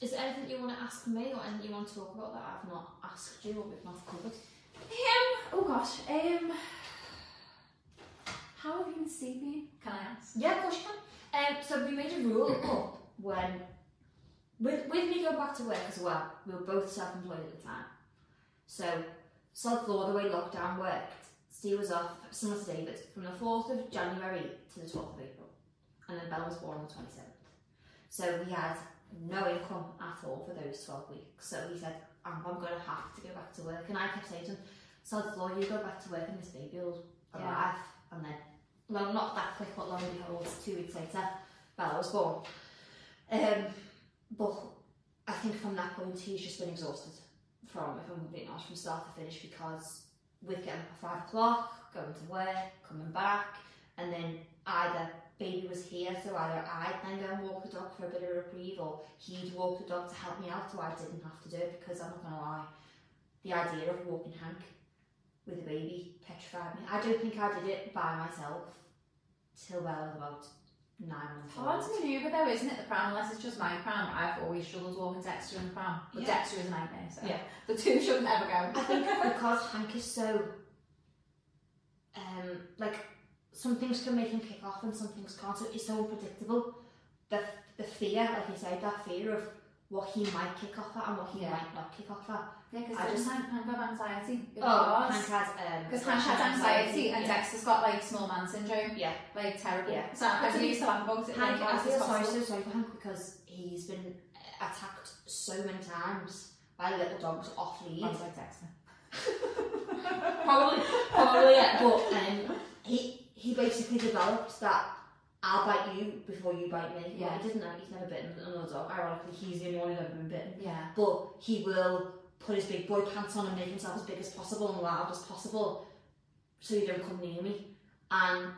S2: is there anything you want to ask me or anything you want to talk about that I've not asked you or we've not covered?
S3: Um, oh gosh. Um, how have you been sleeping? Can I ask?
S2: Yeah, of course you can. Um, so we made a rule up when, with, with me going back to work as well, we were both self-employed at the time. So, sod law, the way lockdown worked, Steve was off, similar to David, from the 4th of January to the 12th of April. And then Belle was born on the 27th. So he had no income at all for those 12 weeks. So he said, I'm, I'm going to have to go back to work. And I kept saying to him, sod law, you go back to work and this baby will arrive.
S3: Yeah.
S2: And then well, not that quick, but lo and behold, two weeks later, Bella was born. Um, but I think from that point, he's just been exhausted from, if I'm being honest, from start to finish because with getting up at five o'clock, going to work, coming back, and then either baby was here, so either I'd then go and walk the dog for a bit of reprieve, or he'd walk the dog to help me out, so I didn't have to do it because I'm not going to lie, the idea of walking Hank with a baby petrified me. I don't think I did it by myself till well was about nine months
S3: It's hard
S2: old.
S3: to manoeuvre though, isn't it? The pram, unless it's just my pram. I've always struggled walking Dexter in the pram, but
S2: Yeah.
S3: Dexter is a nightmare. So
S2: Yeah.
S3: the two shouldn't ever go.
S2: I think
S3: [laughs]
S2: because Hank is so, um, like some things can make him kick off and some things can't. So it's so unpredictable. The the fear, like you said, that fear of what he might kick off at and what he
S3: Yeah.
S2: might not kick off at.
S3: Yeah,
S2: I
S3: because
S2: just-
S3: Hank Hank got anxiety.
S2: Hank has um,
S3: because Hank has anxiety and Dexter's got like small man syndrome,
S2: yeah.
S3: like terrible.
S2: Yeah.
S3: So I can use to laugh about it.
S2: Hank,
S3: like,
S2: I
S3: as
S2: feel
S3: it's
S2: sorry,
S3: possible.
S2: so sorry for Hank because he's been attacked so many times by little dogs off lead.
S3: Sounds
S2: [laughs]
S3: like Dexter.
S2: probably, probably, yeah. But um, he he basically developed that I'll bite you before you bite me.
S3: Yeah.
S2: he didn't know. He's never bitten another dog. Ironically, he's the only one who's ever been bitten.
S3: Yeah.
S2: But he will put his big boy pants on and make himself as big as possible and loud as possible, so you don't come near me. And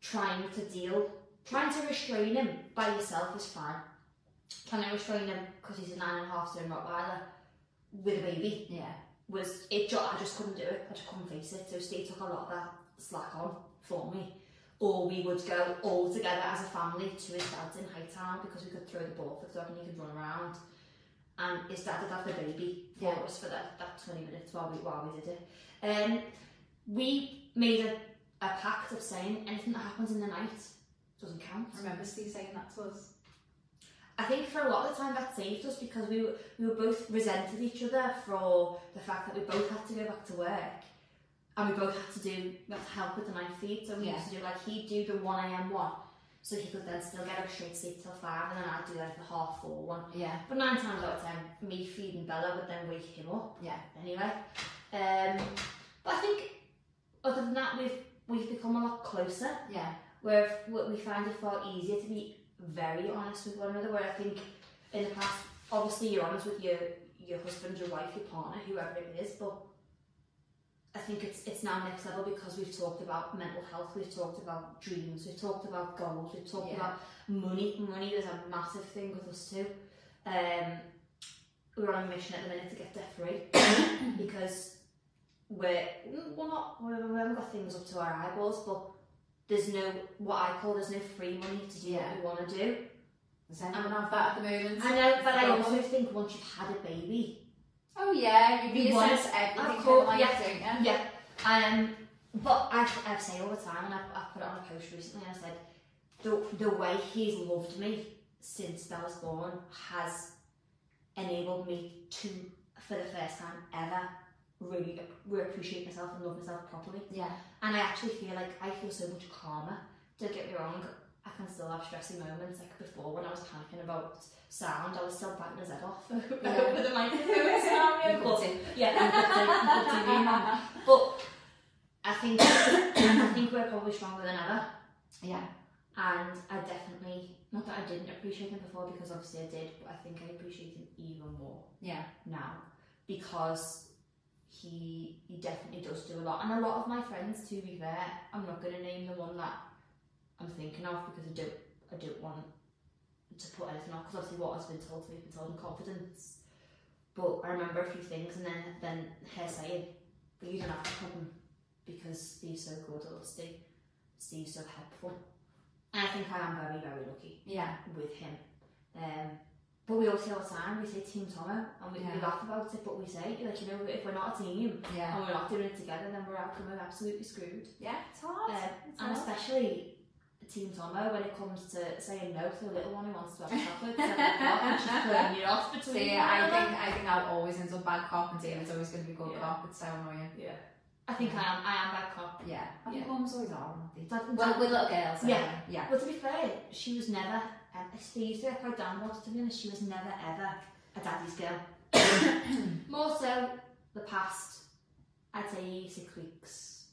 S2: trying to deal, trying to restrain him by yourself is fine. Trying to restrain him because he's a nine and a half stone Rottweiler with a baby
S3: Yeah.
S2: was it ju- I just couldn't do it. I just couldn't face it. So Steve took a lot of that slack on for me. Or we would go all together as a family to his dad's in Hightown because we could throw the ball for the dog and he could run around. And his dad would have the baby for
S3: Yeah.
S2: us for that, that 20 minutes while we while we did it. Um, we made a, a pact of saying anything that happens in the night doesn't count.
S3: I remember Steve saying that to us.
S2: I think for a lot of the time that saved us because we were, we were both resented each other for the fact that we both had to go back to work and we both had to do we had to help with the night feed. So we used to do like he'd do the one a.m. one, so he could then still get up straight sleep till five, and then I'd do like the half four one.
S3: Yeah.
S2: But nine times out of ten, me feeding Bella would then wake him up
S3: Yeah.
S2: anyway. Um, but I think other than that, we've we've become a lot closer
S3: Yeah.
S2: where if- we we find it far easier to be very honest with one another. Where I think in the past, obviously you're honest with your your husband, your wife, your partner, whoever it is, but I think it's it's now next level because we've talked about mental health, we've talked about dreams, we've talked about goals, we've talked
S3: Yeah.
S2: about money. Money is a massive thing with us too. Um, we're on a mission at the minute to get debt free because we're we're not we're, we haven't got things up to our eyeballs, but there's no what I call there's no free money to do
S3: Yeah.
S2: what you want to do.
S3: Does anyone have that at the moment?
S2: I know, but I
S3: Problem.
S2: also think once you've had a baby,
S3: Oh yeah, you
S2: You want-
S3: reassess everything
S2: of course,
S3: in life,
S2: yeah,
S3: don't you?
S2: yeah. Um, but I I say all the time, and I've, I've put it on a post recently. I said the the way he's loved me since I was born has enabled me to, for the first time ever, really really appreciate myself and love myself properly.
S3: Yeah.
S2: And I actually feel like I feel so much calmer. Don't get me wrong, I can still have stressy moments. Like before, when I was panicking about sound, I was still biting his head off [laughs]
S3: Yeah.
S2: over the
S3: [laughs]
S2: microphone scenario.
S3: Equal
S2: But,
S3: to.
S2: yeah, equal [laughs] to, equal to me, man. But I think [coughs] I think we're probably stronger than ever.
S3: Yeah.
S2: And I definitely not that I didn't appreciate him before because obviously I did, but I think I appreciate him even more
S3: [laughs] Yeah.
S2: now because he he definitely does do a lot. And a lot of my friends, to be fair, I'm not gonna name the one that I'm thinking of because I don't I don't want to put anything off because obviously what has been told to me has been told in confidence. But I remember a few things and then then her saying, But you don't have to put them because Steve's so good or Steve Steve's so helpful. And I think I am very, very lucky
S3: Yeah.
S2: with him. Um, but we all say all the time, we say Team Tomo, and we, we
S3: Yeah.
S2: laugh about it, but we say, like, you know, if we're not a team
S3: Yeah.
S2: and we're not doing it together, then we're out we're absolutely screwed.
S3: Yeah. It's hard.
S2: Um,
S3: it's
S2: and
S3: hard.
S2: especially Team Tomo when it comes to saying no to a little one who wants to have chocolate, seven o'clock, and she's playing it off
S3: So
S2: between
S3: yeah, I
S2: one another.
S3: think I think that always ends up bad cop and David's always going to be good
S2: Yeah.
S3: cop. It's so annoying.
S2: Yeah. I think I am, I am bad cop.
S3: Yeah. I think
S2: Yeah.
S3: mums always are, aren't they?
S2: But-
S3: Well, with little girls.
S2: Yeah.
S3: Anyway. Yeah. [coughs]
S2: Well, to be fair, she was never, um, Steve used to get quite down about it, to be honest, she was never ever a daddy's girl. More so the past, I'd say six weeks,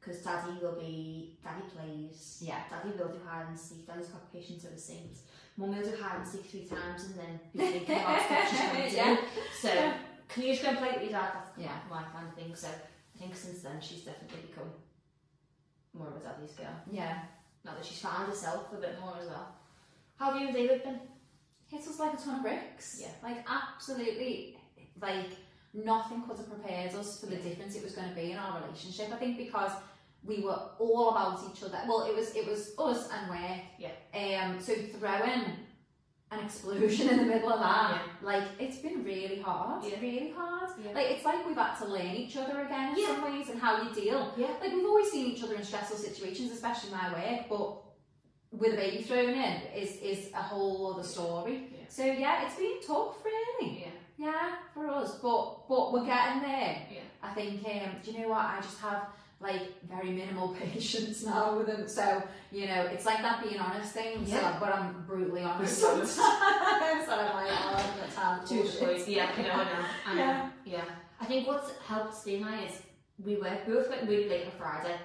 S2: because daddy will be, daddy plays,
S3: Yeah.
S2: daddy will do hide and seek, daddy's got patience over saints. Mum will do hide and seek three times and then
S3: [laughs]
S2: be thinking about stuff she's going to
S3: Yeah.
S2: do. So, can you just go and play with your dad? That's
S3: Yeah.
S2: my kind of thing. So, I think since then she's definitely become more of a daddy's girl
S3: Yeah.
S2: now that she's found herself a bit more as well. How have you and David been?
S3: Hits us like a ton of bricks.
S2: Yeah.
S3: Like absolutely. Like nothing could have prepared us for the
S2: Yeah.
S3: difference it was going to be in our relationship. I think because we were all about each other. Well, it was it was us and work.
S2: Yeah.
S3: Um. So throwing an explosion in the middle of that, like it's been really hard.
S2: Yeah.
S3: Really hard.
S2: Yeah.
S3: Um, Like it's like we've had to learn each other again in
S2: Yeah.
S3: some ways and how you deal.
S2: Yeah.
S3: Like we've always seen each other in stressful situations, especially my work, but with a baby thrown in is is a whole other story.
S2: Yeah.
S3: So yeah, it's been tough really.
S2: Yeah,
S3: Yeah, for us. But but we're getting there.
S2: yeah,
S3: I think um, do you know what? I just have like very minimal [laughs] patience now with them. So, you know, it's like that being honest thing. So
S2: Yeah.
S3: like, but I'm brutally honest
S2: Brutally
S3: sometimes. [laughs] so I'm like, oh, I'm gonna tell
S2: To the
S3: bullshit.
S2: point, yeah, I know, I know, I know.
S3: Yeah.
S2: yeah. I think what's helped Steve and I is we work, we both work really late on Friday,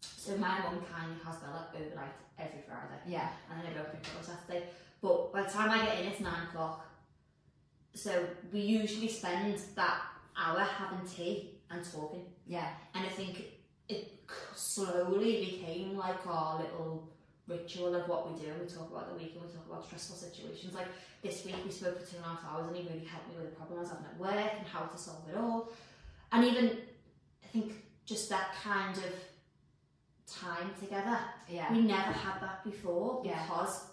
S2: so my mum kindly has Bella overnight every Friday,
S3: [laughs] Yeah.
S2: and then I go and pick her up on Saturday. But by the time I get in, it's nine o'clock. So we usually spend that hour having tea and talking.
S3: Yeah.
S2: and I think it slowly became like our little ritual of what we do. We talk about the week and we talk about stressful situations. Like this week, we spoke for two and a half hours, and he really helped me with a problem I was having at work and how to solve it all. And even I think just that kind of time together.
S3: Yeah.
S2: We never had that before
S3: Yeah.
S2: because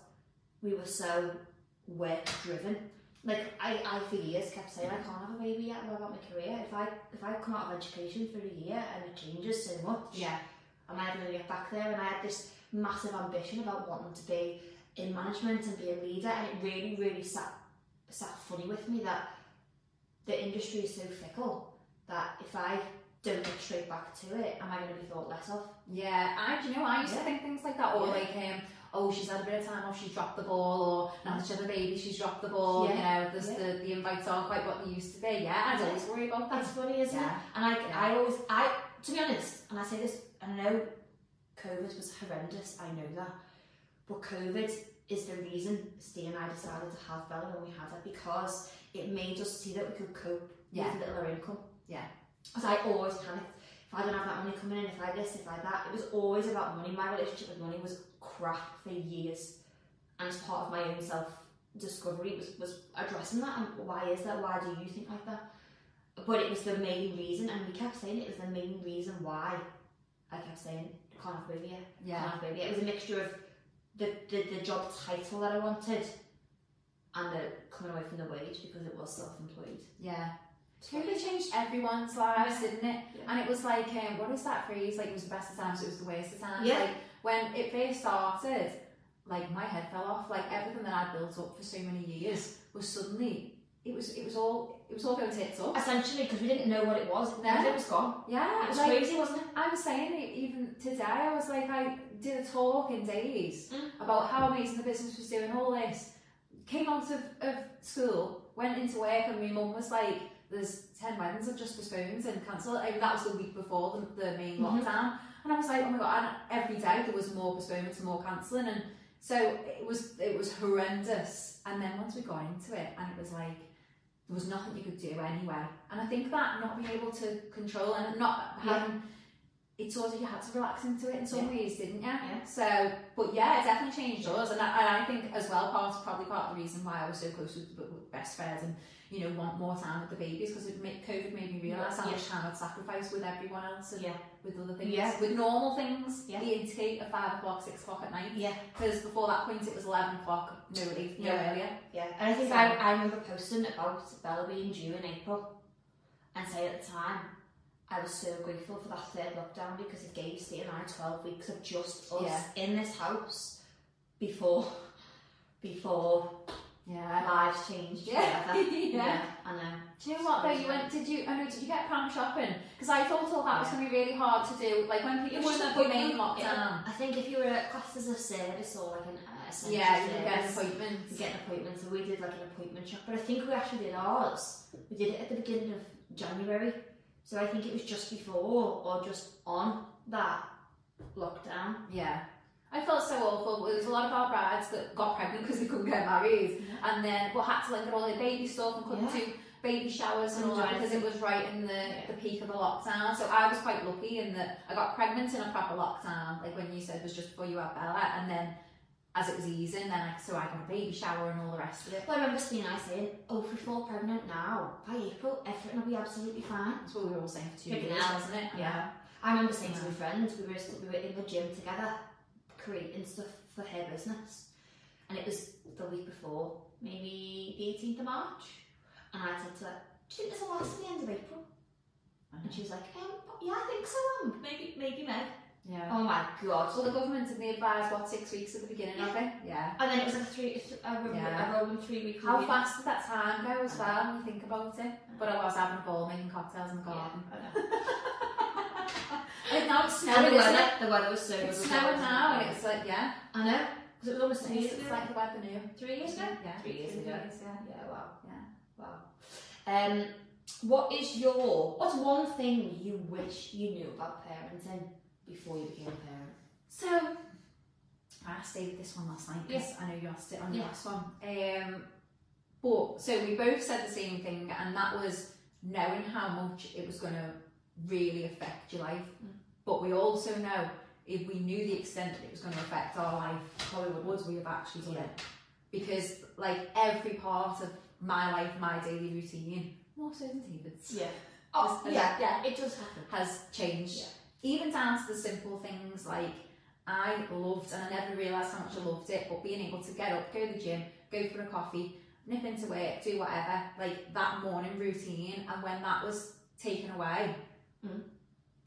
S2: we were so work driven. Like I, I for years kept saying I can't have a baby yet. What about my career? If I if I come out of education for a year and it changes so much,
S3: Yeah.
S2: am I ever going to get back there? And I had this massive ambition about wanting to be in management and be a leader, and it really really sat sat funny with me that the industry is so fickle that if I don't get straight back to it, am I going to be thought less of?
S3: Yeah, I do you know I used
S2: Yeah.
S3: to think things like that, or
S2: Yeah.
S3: like um, oh she's had a bit of time off, she's dropped the ball, or now that she had a baby, she's dropped the ball. You know, this,
S2: Yeah.
S3: the the invites aren't quite what they used to be. Yeah, I'd
S2: Yeah.
S3: always worry about that.
S2: That's funny, isn't it?
S3: Yeah,
S2: And I,
S3: Yeah.
S2: I always, I, to be honest, and I say this, I know COVID was horrendous, I know that, but COVID is the reason Steve and I decided to have Bella when we had her because it made us see that we could cope
S3: Yeah.
S2: with littler income.
S3: Yeah.
S2: Because I always panicked. If I don't have that money coming in, if like this, if like that. It was always about money. My relationship with money was crap for years. And as part of my own self discovery was, was addressing that and why is that? Why do you think like that? But it was the main reason and we kept saying it was the main reason why I kept saying can't have a baby yet.
S3: Yeah.
S2: Can't have a baby yet. It was a mixture of the, the, the job title that I wanted and the coming away from the wage because it was self employed.
S3: Yeah. Totally changed everyone's lives, didn't it? And it was like, um, what is that phrase? Like, it was the best of times, it was the worst of times.
S2: Yeah.
S3: Like, when it first started, like, my head fell off. Like, everything that I'd built up for so many years was suddenly, it was, it was all, it was all going tits up.
S2: Essentially, because we didn't know what it was,
S3: No.
S2: it was gone.
S3: Yeah.
S2: It was
S3: like,
S2: crazy, wasn't it?
S3: I was saying it even today, I was like, I did a talk in days
S2: Mm.
S3: about how amazing the business was doing, all this. Came out of, of school, went into work, and my mum was like, There's 10 weddings I've just postponed and cancelled. And that was the week before the, the main
S2: Mhm.
S3: lockdown. And I was like, Oh my God, and every day there was more postponements and more cancelling. And so it was it was horrendous. And then once we got into it, and it was like, there was nothing you could do anyway. And I think that not being able to control and not
S2: Yeah.
S3: having it sort of you had to relax into it in some ways, didn't you?
S2: Yeah.
S3: So, but yeah, it definitely changed us, and I, and I think as well part probably part of the reason why I was so close with, with breastfed and you know want more time with the babies because it made COVID made me realise how
S2: Yeah.
S3: much time I'd sacrifice with everyone else and
S2: Yeah.
S3: with other things,
S2: Yeah.
S3: with normal things,
S2: Yeah.
S3: the intake at five o'clock, six o'clock at night.
S2: Yeah.
S3: Because before that point, it was eleven o'clock, no late, no
S2: Yeah.
S3: earlier.
S2: Yeah, and I think
S3: So-
S2: I, I remember posting about Bella being due in April, and say at the time, I was so grateful for that third lockdown because it gave Steve and I 12 weeks of just us
S3: Yeah.
S2: in this house before before
S3: Yeah.
S2: lives changed.
S3: Yeah.
S2: forever.
S3: [laughs] Yeah.
S2: I know.
S3: Do you know what though? You went? Did you? I know. Did you get pram shopping? Because I thought all that was
S2: Yeah.
S3: going to be really hard to do. Like when people
S2: was
S3: were
S2: just
S3: putting in
S2: appointment.
S3: lockdown.
S2: I think if you were classed as a service or like an uh, essential
S3: Yeah, you
S2: service,
S3: can get appointments.
S2: to get an appointment. So we did like an appointment shop, but I think we actually did ours. We did it at the beginning of January, so I think it was just before or just on that lockdown.
S3: Yeah. I felt so awful. There was a lot of our brides that got pregnant because they couldn't get married, and then but had to like get all their baby stuff and couldn't do baby showers and all that because it was right in the, the peak of the lockdown. So I was quite lucky in that I got pregnant in a proper lockdown, like when you said was just before you had Bella, and then as it was easing, then I, so I got a baby shower and all the rest of it.
S2: Well, I remember Steve and I saying, "Oh, if we fall pregnant now, by April, everything will be absolutely fine."
S3: That's what we were all saying for two
S2: Freaking
S3: years,
S2: out.
S3: wasn't it?
S2: Yeah. I remember saying to my friends, we were we were in the gym together, creating stuff for her business, and it was the week before, maybe the eighteenth of March, and I said to her, "Do you think this will last to the end of April?" And she was like, um, yeah, I think so, um, maybe, maybe Meg.
S3: Yeah.
S2: Oh my
S3: Well,
S2: god.
S3: the government didn't advise what six weeks at the beginning of it. Yeah.
S2: And then it was like a three, a, a,
S3: Yeah.
S2: a rolling three week
S3: How
S2: review.
S3: fast did that time go as well when you think about it? But I was having a ball making cocktails in the
S2: Yeah,
S3: [laughs] garden.
S2: I know.
S3: And now it's
S2: uh, And
S3: snowing,
S2: the
S3: isn't
S2: weather,
S3: it?
S2: the weather was so
S3: It's
S2: miserable.
S3: snowing now and it's like, yeah.
S2: I know, because it was almost
S3: It's,
S2: two years ago.
S3: like the weather new.
S2: three years ago?
S3: Yeah.
S2: Three years ago.
S3: yeah.
S2: Yeah, wow.
S3: Yeah.
S2: Wow. Um, what is your, what's one thing you wish you knew about parenting before you became a parent?
S3: So, I stayed with this one last night because I know you asked it on the
S2: Yeah.
S3: last one. Um, but so we both said the same thing, and that was knowing how much it was going to really affect your life.
S2: Mm.
S3: But we also know if we knew the extent that it was going to affect our life, probably would we have actually done it? Because like every part of my life, my daily routine, more so than David's,
S2: Yeah. Oh,
S3: has-
S2: yeah.
S3: yeah,
S2: It does happen.
S3: has changed.
S2: Yeah.
S3: Even down to the simple things like I loved, and I never realised how much I loved it, but being able to get up, go to the gym, go for a coffee, nip into work, do whatever, like that morning routine. And when that was taken away,
S2: Mm.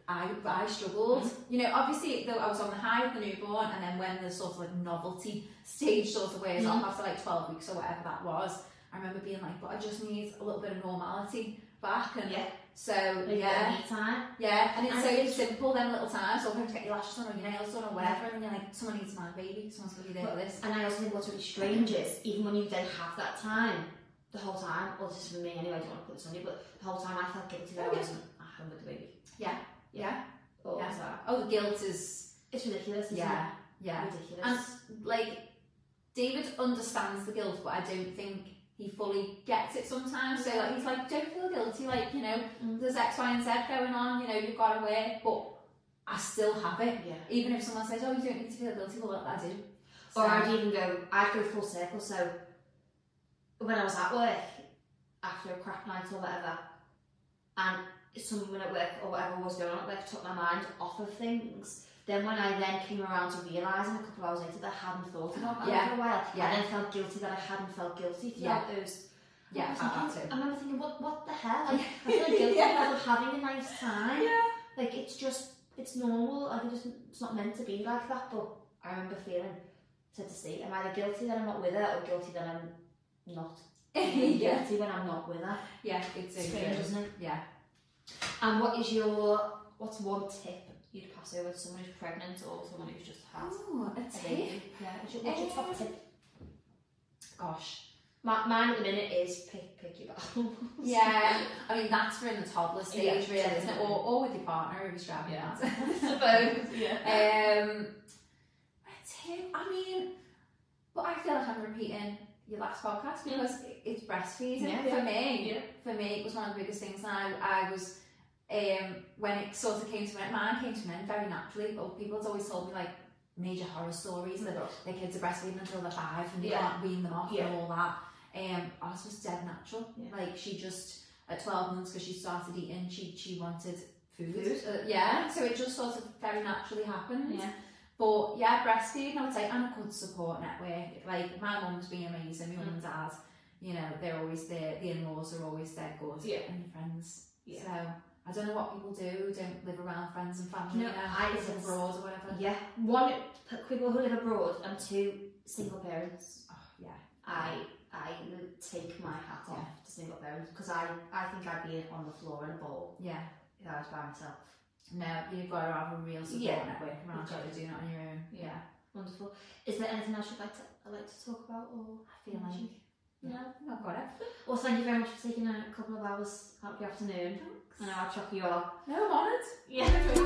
S3: I, I struggled. You know, obviously, though, I was on the high of the newborn, and then when the sort of like novelty [laughs] stage sort of wears
S2: Mm.
S3: off after like 12 weeks or whatever that was, I remember being like, but I just need a little bit of normality back. And
S2: Yeah.
S3: so,
S2: Like,
S3: yeah.
S2: any time.
S3: Yeah, and it's
S2: And
S3: so
S2: it's-
S3: simple, them little times, so I'm going to get your lashes done or your nails done or whatever, and you're like, someone needs my baby, someone's going to be there for this.
S2: And I also think what's really strange is even when you then have that time, the whole time, well, this is for me anyway, I don't want to put this on you, but the whole time I felt guilty that I
S3: Oh, yeah.
S2: wasn't at home with the baby.
S3: Yeah.
S2: Or
S3: Yeah.
S2: was that?
S3: Oh, the guilt is,
S2: It's ridiculous, isn't
S3: yeah,
S2: it?
S3: yeah.
S2: Ridiculous.
S3: And, like, David understands the guilt, but I don't think he fully gets it sometimes. So like he's like, don't feel guilty, like, you know,
S2: Mm.
S3: there's X, Y, and Z going on, you know, you've got to work, but I still have it.
S2: Yeah.
S3: Even if someone says, Oh, you don't need to feel guilty, well I do. So,
S2: Or I'd even go, I'd go full circle. So when I was at work, after a crap night or whatever, and someone at work or whatever was going on at work took my mind off of things. Then when I then came around to realising a couple of hours later that I hadn't thought about that
S3: Yeah.
S2: for a while,
S3: Yeah.
S2: I then felt guilty that I hadn't felt guilty throughout those.
S3: yeah,
S2: I, was
S3: I have
S2: thinking-
S3: to.
S2: I remember thinking, what, what the
S3: [laughs]
S2: hell? Like, I feel guilty
S3: Yeah.
S2: because I'm having a nice time.
S3: [laughs] Yeah.
S2: Like it's just it's normal. Like it just it's not meant to be like that. But I remember feeling said to Steve, I'm either guilty that I'm not with her or guilty that I'm
S3: [laughs]
S2: not. I'm
S3: [laughs] yeah.
S2: Guilty when I'm not with her.
S3: Yeah, it's
S2: It's
S3: so
S2: strange,
S3: good.
S2: isn't it?
S3: Yeah.
S2: And what is your what's one tip you'd pass over to someone who's pregnant or someone who's just had
S3: Oh, a
S2: a
S3: tip. Um,
S2: baby? Yeah. What's your, what's your top tip?
S3: Gosh.
S2: My, mine at the minute is pick pick your battles.
S3: Yeah. [laughs] I mean that's for in the toddler stage
S2: Yeah,
S3: really, isn't it?
S2: definitely.
S3: Or, or with your partner if you're having
S2: Yeah.
S3: that. [laughs] I suppose.
S2: Both. Yeah.
S3: Um, a tip. I mean, but I feel like I'm repeating your last podcast because it- it's breastfeeding
S2: Hmm. Yeah,
S3: for
S2: yeah.
S3: me.
S2: Yeah.
S3: For me, it was one of the biggest things, and I, I was um, when it sort of came to an mine came to an end very naturally. But people had always told me like major horror stories that their kids are breastfeeding until they're five and you
S2: Yeah.
S3: can't wean them off
S2: Yeah.
S3: and all that. Um, I was just dead natural.
S2: Yeah.
S3: Like she just at twelve months because she started eating, she she wanted food.
S2: Food.
S3: Uh, yeah, so it just sort of very naturally happened.
S2: Yeah.
S3: But yeah, breastfeeding, I would say, and a good support network. Like my mum's been amazing, my mum
S2: Mm.
S3: and dad, you know, they're always there, the in laws are always there, good,
S2: Yeah.
S3: and your friends.
S2: Yeah.
S3: So I don't know what people do, who don't live around friends and family,
S2: No,
S3: you know,
S2: I
S3: live
S2: just-
S3: abroad or whatever.
S2: Yeah. One people who live abroad and two single parents.
S3: Oh, yeah.
S2: I I take my hat off
S3: Yeah.
S2: to single parents because I, I think I'd be on the floor in a ball
S3: Yeah.
S2: if I was by myself.
S3: No, you've got to have a real support
S2: Yeah.
S3: network around you,
S2: Okay.
S3: you're doing it on your own.
S2: Yeah. Wonderful. Is there anything else you'd like to I'd like to talk about or
S3: I feel like
S2: no?
S3: Oh, I've got it.
S2: Well, thank you very much for taking a couple of hours out of your afternoon. I know how chucky you are.
S3: No, I'm honoured.
S2: Yeah. [laughs]